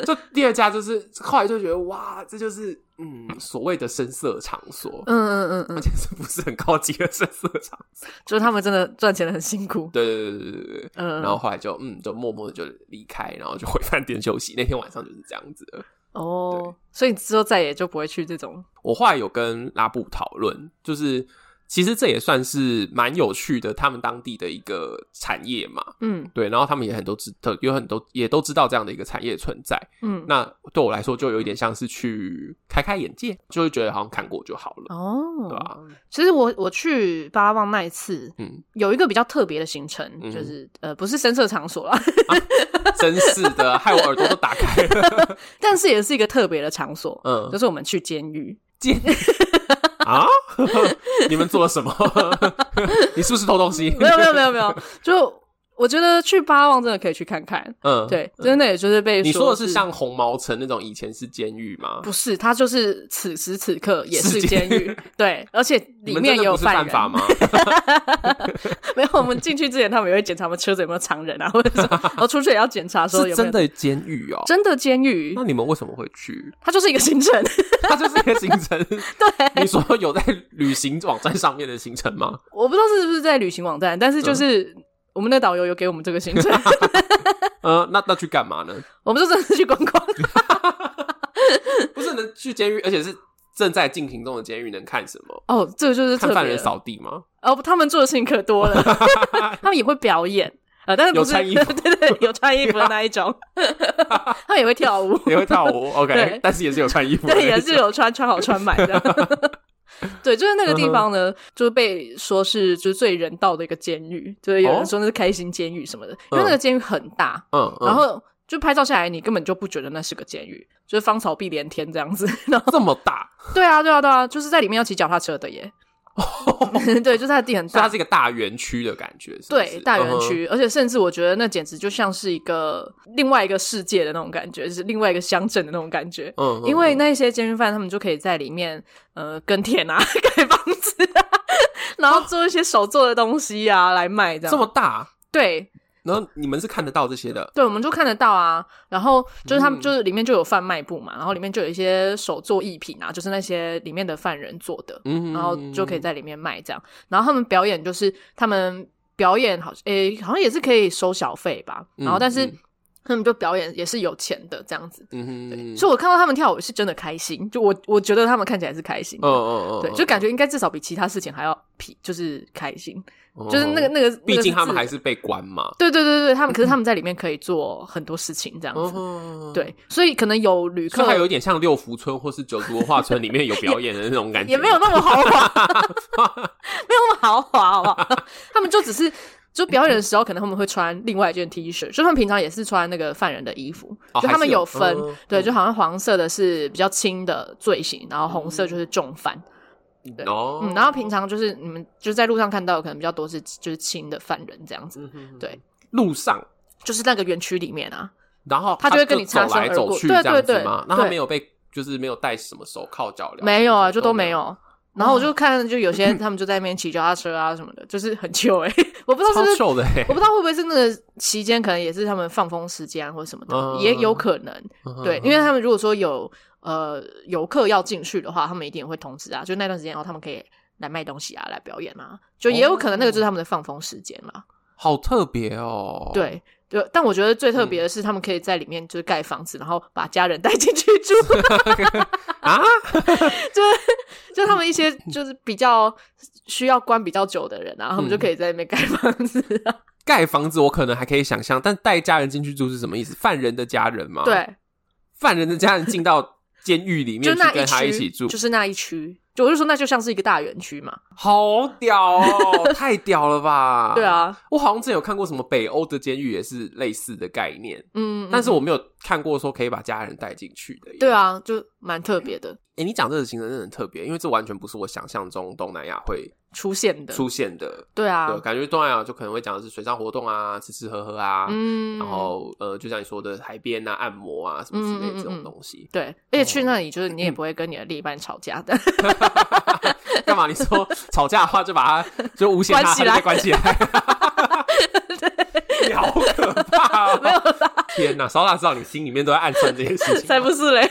Speaker 1: 就第二家就是后来就觉得哇，这就是嗯所谓的深色场所，
Speaker 2: 嗯嗯嗯
Speaker 1: 而
Speaker 2: 嗯，
Speaker 1: 且是不是很高级的深色场所？
Speaker 2: 就是他们真的赚钱的很辛苦。
Speaker 1: 对对对对对对。
Speaker 2: 嗯，
Speaker 1: 然后后来就嗯，就默默的就离开，然后就回饭店休息。那天晚上就是这样子的。
Speaker 2: 哦，所以你之后再也就不会去这种
Speaker 1: 我后来有跟拉布讨论，就是其实这也算是蛮有趣的，他们当地的一个产业嘛。
Speaker 2: 嗯
Speaker 1: 对，然后他们也很都知道，有很多也都知道这样的一个产业存在。
Speaker 2: 嗯
Speaker 1: 那对我来说，就有一点像是去开开眼界，就会觉得好像看过就好了，
Speaker 2: 哦，
Speaker 1: 对吧、啊
Speaker 2: 其实我我去巴拉望那一次，
Speaker 1: 嗯，
Speaker 2: 有一个比较特别的行程，
Speaker 1: 嗯
Speaker 2: 就是呃不是深色场所啦， *laughs*
Speaker 1: 真是的，害我耳朵都打开了。
Speaker 2: 但是也是一个特别的场所，
Speaker 1: *laughs* 嗯
Speaker 2: 就是我们去监狱。
Speaker 1: 啊， *laughs* 你们做了什么？ *laughs* 你是不是偷东西？
Speaker 2: 没有没有没有
Speaker 1: *laughs*
Speaker 2: 没有，就我觉得去巴拉望真的可以去看看，
Speaker 1: 嗯，。
Speaker 2: 对，真的也就是被
Speaker 1: 你说的
Speaker 2: 是
Speaker 1: 是像红毛城那种以前是监狱吗？
Speaker 2: 不是，它就是此时此刻也是
Speaker 1: 是
Speaker 2: 监
Speaker 1: 监 *laughs*
Speaker 2: 狱，对，而且
Speaker 1: 你
Speaker 2: 里
Speaker 1: 们
Speaker 2: 面
Speaker 1: 真的
Speaker 2: 也有
Speaker 1: 不是犯
Speaker 2: 人。
Speaker 1: 法吗？
Speaker 2: *laughs* 没有，我们进去之前他们也会检查我们车子有没有藏人啊，或者说，
Speaker 1: *laughs*
Speaker 2: 然后出去也要检查说有没
Speaker 1: 是
Speaker 2: 有
Speaker 1: 真的监狱哦。
Speaker 2: 真的监狱
Speaker 1: 那，你们为什么会去？ *laughs*
Speaker 2: 它就是一个行程。
Speaker 1: 它就是一个行程。对，你说有在旅行网站上面的行程吗？
Speaker 2: 我不知道是不是在旅行网站，但是
Speaker 1: 嗯
Speaker 2: 就是我们的导游有给我们这个行
Speaker 1: *laughs*
Speaker 2: 程，
Speaker 1: 呃，那那去干嘛呢？
Speaker 2: 我们就真的去观光。
Speaker 1: 不是能去监狱，而且是正在进行中的监狱，能看什么？
Speaker 2: 哦，这个就是
Speaker 1: 看
Speaker 2: 特别
Speaker 1: 犯人
Speaker 2: 了
Speaker 1: 扫地吗？
Speaker 2: 哦，他们做的事情可多
Speaker 1: *laughs*
Speaker 2: 了，他们也会表演。呃，但是不
Speaker 1: 有
Speaker 2: 是
Speaker 1: 穿衣服
Speaker 2: *laughs* 对对，有穿衣服的那一
Speaker 1: *laughs*
Speaker 2: 种，他们也会跳舞，
Speaker 1: 也会跳
Speaker 2: *laughs*
Speaker 1: 舞
Speaker 2: 对
Speaker 1: ，OK，但是也是有穿衣服的那
Speaker 2: *laughs* 对，
Speaker 1: 种，
Speaker 2: 也是有穿穿好穿满的。
Speaker 1: *laughs*
Speaker 2: 对，就是那个地方
Speaker 1: 嗯
Speaker 2: 呢，就是被说是就是最人道的一个监狱，就是
Speaker 1: 哦
Speaker 2: 有人说那是开心监狱什么的，因为那个监狱很大，
Speaker 1: 嗯，嗯
Speaker 2: 然后就拍照下来，你根本就不觉得那是个监狱，就是芳草碧连天这样子。然后
Speaker 1: 这么大，
Speaker 2: 对啊，对啊，对啊，就是在里面要骑脚踏车的
Speaker 1: *laughs*
Speaker 2: 耶。对，就是它的地很
Speaker 1: 所以它
Speaker 2: 大
Speaker 1: 是，一个啊大园区的感觉，是不嗯是
Speaker 2: 对大园，区，而且甚至我觉得那简直就像是一个另外一个世界的那种感觉，就是另外一个乡镇的那种感觉。
Speaker 1: 嗯哼，嗯
Speaker 2: 因为那些监狱犯他们就可以在里面呃耕田啊、 *laughs* 盖房子啊， *laughs* 然后做一些手做的东西啊来卖这样。
Speaker 1: 啊这么大，
Speaker 2: 对，
Speaker 1: 然后你们是看得到这些的，
Speaker 2: 对，我们就看得到啊。然后就是他们
Speaker 1: 嗯
Speaker 2: 就是里面就有贩卖部嘛，然后里面就有一些手做艺品啊，就是那些里面的犯人做的，
Speaker 1: 嗯，
Speaker 2: 然后哦就可以在里面卖这样。然后他们表演就是他们表演好，诶、好像也是可以收小费吧。然后
Speaker 1: 嗯
Speaker 2: 但是
Speaker 1: 嗯
Speaker 2: 他们就表演也是有钱的这样子。
Speaker 1: 嗯
Speaker 2: 对，
Speaker 1: 哼，
Speaker 2: 所以我看到他们跳舞是真的开心，就我我觉得他们看起来是开心的。
Speaker 1: 嗯嗯嗯，
Speaker 2: 对，
Speaker 1: 嗯
Speaker 2: 就感觉应该至少比其他事情还要皮，就是开心，
Speaker 1: 嗯
Speaker 2: 就是那个
Speaker 1: 嗯
Speaker 2: 那个，那
Speaker 1: 毕
Speaker 2: 个
Speaker 1: 竟他们
Speaker 2: 自
Speaker 1: 还是被关嘛，
Speaker 2: 对对对对，他们可是他们在里面可以做很多事情，这样
Speaker 1: 嗯
Speaker 2: 子。
Speaker 1: 哼，
Speaker 2: 对，所以可能有旅
Speaker 1: 所
Speaker 2: 客
Speaker 1: 以还有一点像六福村或 *laughs* 是九族文化村里面有表演的那种感觉，
Speaker 2: 也没有那么豪
Speaker 1: *laughs*
Speaker 2: 华，没有那么豪华，好不好？ *laughs* 他们就只是就表演的时候，可能他们会穿另外一件 T 恤，就他们平常也是穿那个犯人的衣服，
Speaker 1: 哦
Speaker 2: 就他
Speaker 1: 还
Speaker 2: 们
Speaker 1: 是有
Speaker 2: 分，
Speaker 1: 嗯
Speaker 2: 对，就好像黄色的是比较轻的罪行，然后红色就是重犯。对
Speaker 1: 嗯哦，
Speaker 2: 嗯，然后平常就是你们就是在路上看到的可能比较多是就是轻的犯人这样子，
Speaker 1: 嗯哼
Speaker 2: 对，
Speaker 1: 路上。
Speaker 2: 就是那个园区里面啊，
Speaker 1: 然后
Speaker 2: 他就
Speaker 1: 就
Speaker 2: 会跟你擦
Speaker 1: 走
Speaker 2: 身
Speaker 1: 来
Speaker 2: 而
Speaker 1: 走
Speaker 2: 过
Speaker 1: 去
Speaker 2: 对
Speaker 1: 这
Speaker 2: 对
Speaker 1: 样
Speaker 2: 对
Speaker 1: 子吗？那他
Speaker 2: 对
Speaker 1: 没有被就是没有戴什么手铐脚镣？
Speaker 2: 没有啊，就都没
Speaker 1: 没。
Speaker 2: 有。然后
Speaker 1: 哦
Speaker 2: 我就看，就有些
Speaker 1: 嗯
Speaker 2: 他们就在那边骑脚踏车啊什么的，就是很糗哎、 *laughs* 我不知道是
Speaker 1: 超
Speaker 2: 不是，
Speaker 1: 臭的欸，
Speaker 2: 我不知道会不会是那个期间可能也是他们放风时间啊或者什么的，
Speaker 1: 嗯
Speaker 2: 也有可能。
Speaker 1: 嗯
Speaker 2: *laughs* 对，因为他们如果说有呃游客要进去的话，他们一定也会通知啊，就那段时间哦，他们可以来卖东西啊，来表演啊，就也有可能那个就是他们的放风时间啦。
Speaker 1: 好特别哦。，嗯
Speaker 2: 对，对，但我觉得最特别的是，他们可以在里面就是盖房子，然后把家人带进去住，
Speaker 1: 啊，
Speaker 2: *laughs* 就是就他们一些就是比较需要关比较久的人啊，
Speaker 1: 嗯
Speaker 2: 他们就可以在那边盖房子、啊。
Speaker 1: *laughs* 盖房子我可能还可以想象，但带家人进去住是什么意思？犯人的家人吗？，
Speaker 2: 对，
Speaker 1: 犯人的家人进到监狱里
Speaker 2: 就
Speaker 1: 面
Speaker 2: 那
Speaker 1: 去
Speaker 2: 一
Speaker 1: 跟他
Speaker 2: 区
Speaker 1: 一起住，
Speaker 2: 就是那一区。就我就说，那就像是一个大园区嘛。
Speaker 1: 好屌哦，太屌了吧？
Speaker 2: *laughs* 对，啊，
Speaker 1: 我好像之前有看过什么北欧的监狱也是类似的概念，
Speaker 2: 嗯，
Speaker 1: 但是我
Speaker 2: 嗯
Speaker 1: 没有看过说可以把家人带进去的。
Speaker 2: 对，啊，就蛮特别的，
Speaker 1: 哎、你讲这个行程真的很特别，因为这完全不是我想象中东南亚会
Speaker 2: 出现的，
Speaker 1: 出现的。
Speaker 2: 对啊，
Speaker 1: 对，感觉东南亚就可能会讲的是水上活动啊，吃吃喝喝啊，
Speaker 2: 嗯，
Speaker 1: 然后呃，就像你说的海边啊、按摩啊什么之类的这
Speaker 2: 嗯嗯嗯
Speaker 1: 种
Speaker 2: 嗯
Speaker 1: 东西。
Speaker 2: 对，而且去那里就是你也不会跟你的另一半吵架
Speaker 1: 哦
Speaker 2: 的，
Speaker 1: 干嘛？你
Speaker 2: *laughs*
Speaker 1: 说吵架的话就把它就无限
Speaker 2: 关
Speaker 1: 拉
Speaker 2: 起
Speaker 1: 它就
Speaker 2: 来
Speaker 1: 被关起
Speaker 2: *laughs*
Speaker 1: 来。你好可怕、
Speaker 2: *laughs*
Speaker 1: 哦！没有天哪，烧大知道你心里面都在暗算这件事
Speaker 2: *laughs*
Speaker 1: 情。
Speaker 2: *laughs* 才不是嘞！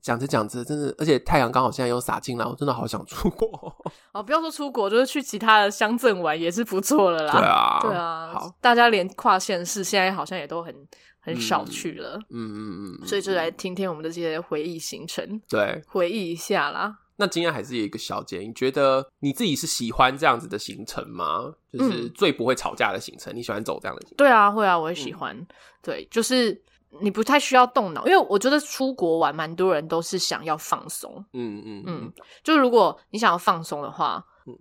Speaker 1: 讲着讲着，真的，而且太阳刚好现在又洒进来，我真的好想出国。
Speaker 2: 哦，不要说出国，就是去其他的乡镇玩也是不错了啦。
Speaker 1: 对，啊，
Speaker 2: 对啊，
Speaker 1: 好，
Speaker 2: 大家连跨县市现在好像也都很很少去了，
Speaker 1: 嗯嗯嗯，
Speaker 2: 所以就来听听我们的这些回忆行程， *laughs*
Speaker 1: 对。
Speaker 2: 回忆一下啦。
Speaker 1: 那今天还是有一个小结，你觉得你自己是喜欢这样子的行程吗？就是
Speaker 2: 嗯
Speaker 1: 最不会吵架的行程，你喜欢走这样的行程？
Speaker 2: 对啊，会啊，我也喜欢。
Speaker 1: 嗯
Speaker 2: 对，就是你不太需要动脑，因为我觉得出国玩，蛮多人都是想要放松。
Speaker 1: 嗯嗯
Speaker 2: 嗯，，就如果你想要放松的话，
Speaker 1: 嗯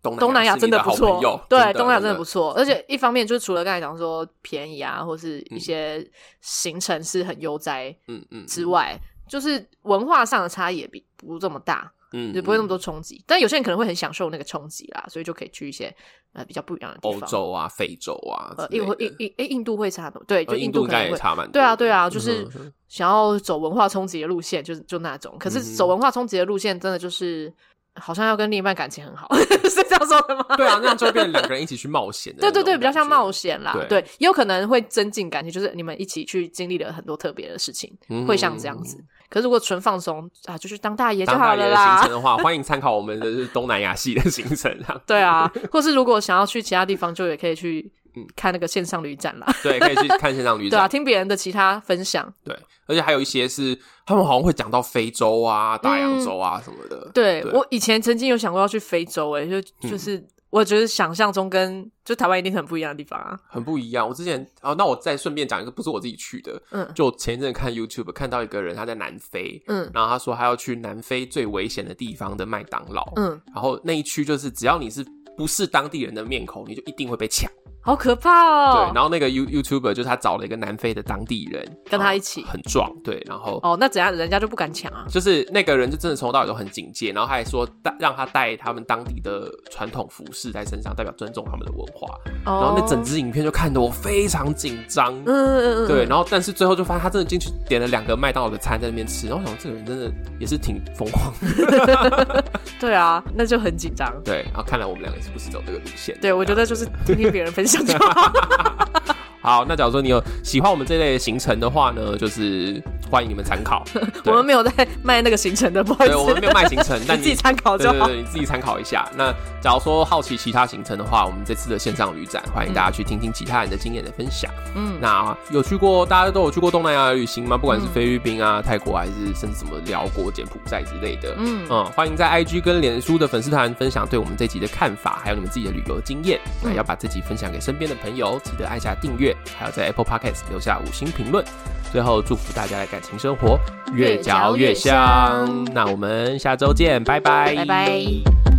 Speaker 1: 东
Speaker 2: 东南亚
Speaker 1: 是
Speaker 2: 真
Speaker 1: 你的
Speaker 2: 不
Speaker 1: 好
Speaker 2: 错
Speaker 1: 朋友，，
Speaker 2: 对，东南亚真
Speaker 1: 真
Speaker 2: 的不错。而且一方面就是除了刚才讲说便宜啊，或是一些行程是很悠哉
Speaker 1: 嗯嗯，
Speaker 2: 之外，就是文化上的差异也比不这么大，
Speaker 1: 嗯，
Speaker 2: 就不会那么多冲击。但有些人可能会很享受那个冲击啦，所以就可以去一些呃比较不一样的地
Speaker 1: 欧
Speaker 2: 方。，
Speaker 1: 洲啊、非洲啊
Speaker 2: 呃，
Speaker 1: 之类
Speaker 2: 印
Speaker 1: 的，
Speaker 2: 会印印诶，印度会差很多，对，就
Speaker 1: 呃印
Speaker 2: 度
Speaker 1: 应
Speaker 2: 可
Speaker 1: 该
Speaker 2: 能
Speaker 1: 也
Speaker 2: 会。
Speaker 1: 差蛮多的。
Speaker 2: 对啊，对啊，就
Speaker 1: 嗯
Speaker 2: 是
Speaker 1: 嗯哼
Speaker 2: 想要走文化冲击的路线，就是就那种。可是走文化冲击的路线，真的就是好像要跟另一半感情很好， *laughs* 是这样说的吗？ *laughs*
Speaker 1: 对啊，那样就会变成两个人一起去冒险的
Speaker 2: 对
Speaker 1: 那种
Speaker 2: 对
Speaker 1: 感觉。
Speaker 2: 对，比较像冒险啦，
Speaker 1: 对
Speaker 2: 对，也有可能会增进感情，就是你们一起去经历了很多特别的事情，
Speaker 1: 嗯
Speaker 2: 会像这样子。可是如果纯放松啊，就去当大爷就
Speaker 1: 当
Speaker 2: 好
Speaker 1: 大爷
Speaker 2: 了
Speaker 1: 的行
Speaker 2: 啦
Speaker 1: 程。的话，欢迎参考我们的就是东南亚系的行程啊。
Speaker 2: 对啊，或是如果想要去其他地方，就也可以去
Speaker 1: 嗯
Speaker 2: 看那个线上旅展啦。
Speaker 1: 对，可以去看线上旅
Speaker 2: 对啊，
Speaker 1: 展。
Speaker 2: 听别人的其他分享。
Speaker 1: 对，而且还有一些是他们好像会讲到非洲啊、大
Speaker 2: 嗯
Speaker 1: 洋洲啊什么的。
Speaker 2: 对
Speaker 1: 对嗯
Speaker 2: 我以前曾经有想过要去非洲、欸，就就是、我觉得想象中跟就台湾一定很不一样的地方啊。
Speaker 1: 很不一样。我之前哦，那我再顺便讲一个，不是我自己去的，
Speaker 2: 嗯
Speaker 1: 就前一阵看 YouTube 看到一个人他在南非，
Speaker 2: 嗯
Speaker 1: 然后他说他要去南非最危险的地方的麦当劳，
Speaker 2: 嗯，
Speaker 1: 然后那一区就是只要你是不是当地人的面孔，你就一定会被抢。
Speaker 2: 好可怕
Speaker 1: 对，
Speaker 2: 哦、
Speaker 1: 然后那个 You YouTuber 就是他找了一个南非的当地人
Speaker 2: 跟他
Speaker 1: 然后
Speaker 2: 一起
Speaker 1: 很壮，对，然后
Speaker 2: 哦，那怎样人家就不敢抢啊？
Speaker 1: 就是那个人就真的从头到尾都很警戒，然后他还说带让他带他们当地的传统服饰在身上，代表尊重他们的文化。然后
Speaker 2: 哦，
Speaker 1: 那整支影片就看得我非常紧张。
Speaker 2: 嗯嗯嗯嗯，
Speaker 1: 对，然后但是最后就发现他真的进去点了两个麦当劳的餐在那边吃，然后我想这个人真的也是挺疯狂的。 *laughs*
Speaker 2: 对啊，那就很紧张。
Speaker 1: 对，然后看来我们两个也是不是走这个路线的。
Speaker 2: 对，我觉得就是听听别人分享就
Speaker 1: *laughs*
Speaker 2: 好。
Speaker 1: 好，那假如说你有喜欢我们这类的行程的话呢，就是欢迎你们参
Speaker 2: *laughs*
Speaker 1: 考。
Speaker 2: 我
Speaker 1: 对
Speaker 2: 们没有在卖那个行程的，不好意
Speaker 1: 对，我们没有
Speaker 2: 思，
Speaker 1: 卖行程，
Speaker 2: 你
Speaker 1: 但
Speaker 2: *laughs* 自己参考
Speaker 1: 对
Speaker 2: 就
Speaker 1: 对
Speaker 2: 好。
Speaker 1: 对，你自己参考一下。那假如说好奇其他行程的话，我们这次的线上旅展，欢迎大家去听听其他人的经验的分享。
Speaker 2: 嗯
Speaker 1: 那有去过，大家都有去过东南亚的旅行吗？不管是菲律宾啊、泰国，还是甚至什么辽国、柬埔寨之类的。
Speaker 2: 嗯
Speaker 1: 嗯，欢迎在 IG 跟脸书的粉丝团分享对我们这集的看法，还有你们自己的旅游经验。
Speaker 2: 嗯
Speaker 1: 那要把这集分享给身边的朋友，记得按下订阅，还有在 Apple Podcast 留下五星评论。最后，祝福大家的感情生活
Speaker 2: 越嚼越香
Speaker 1: 那我们下周见，拜拜，
Speaker 2: 拜拜。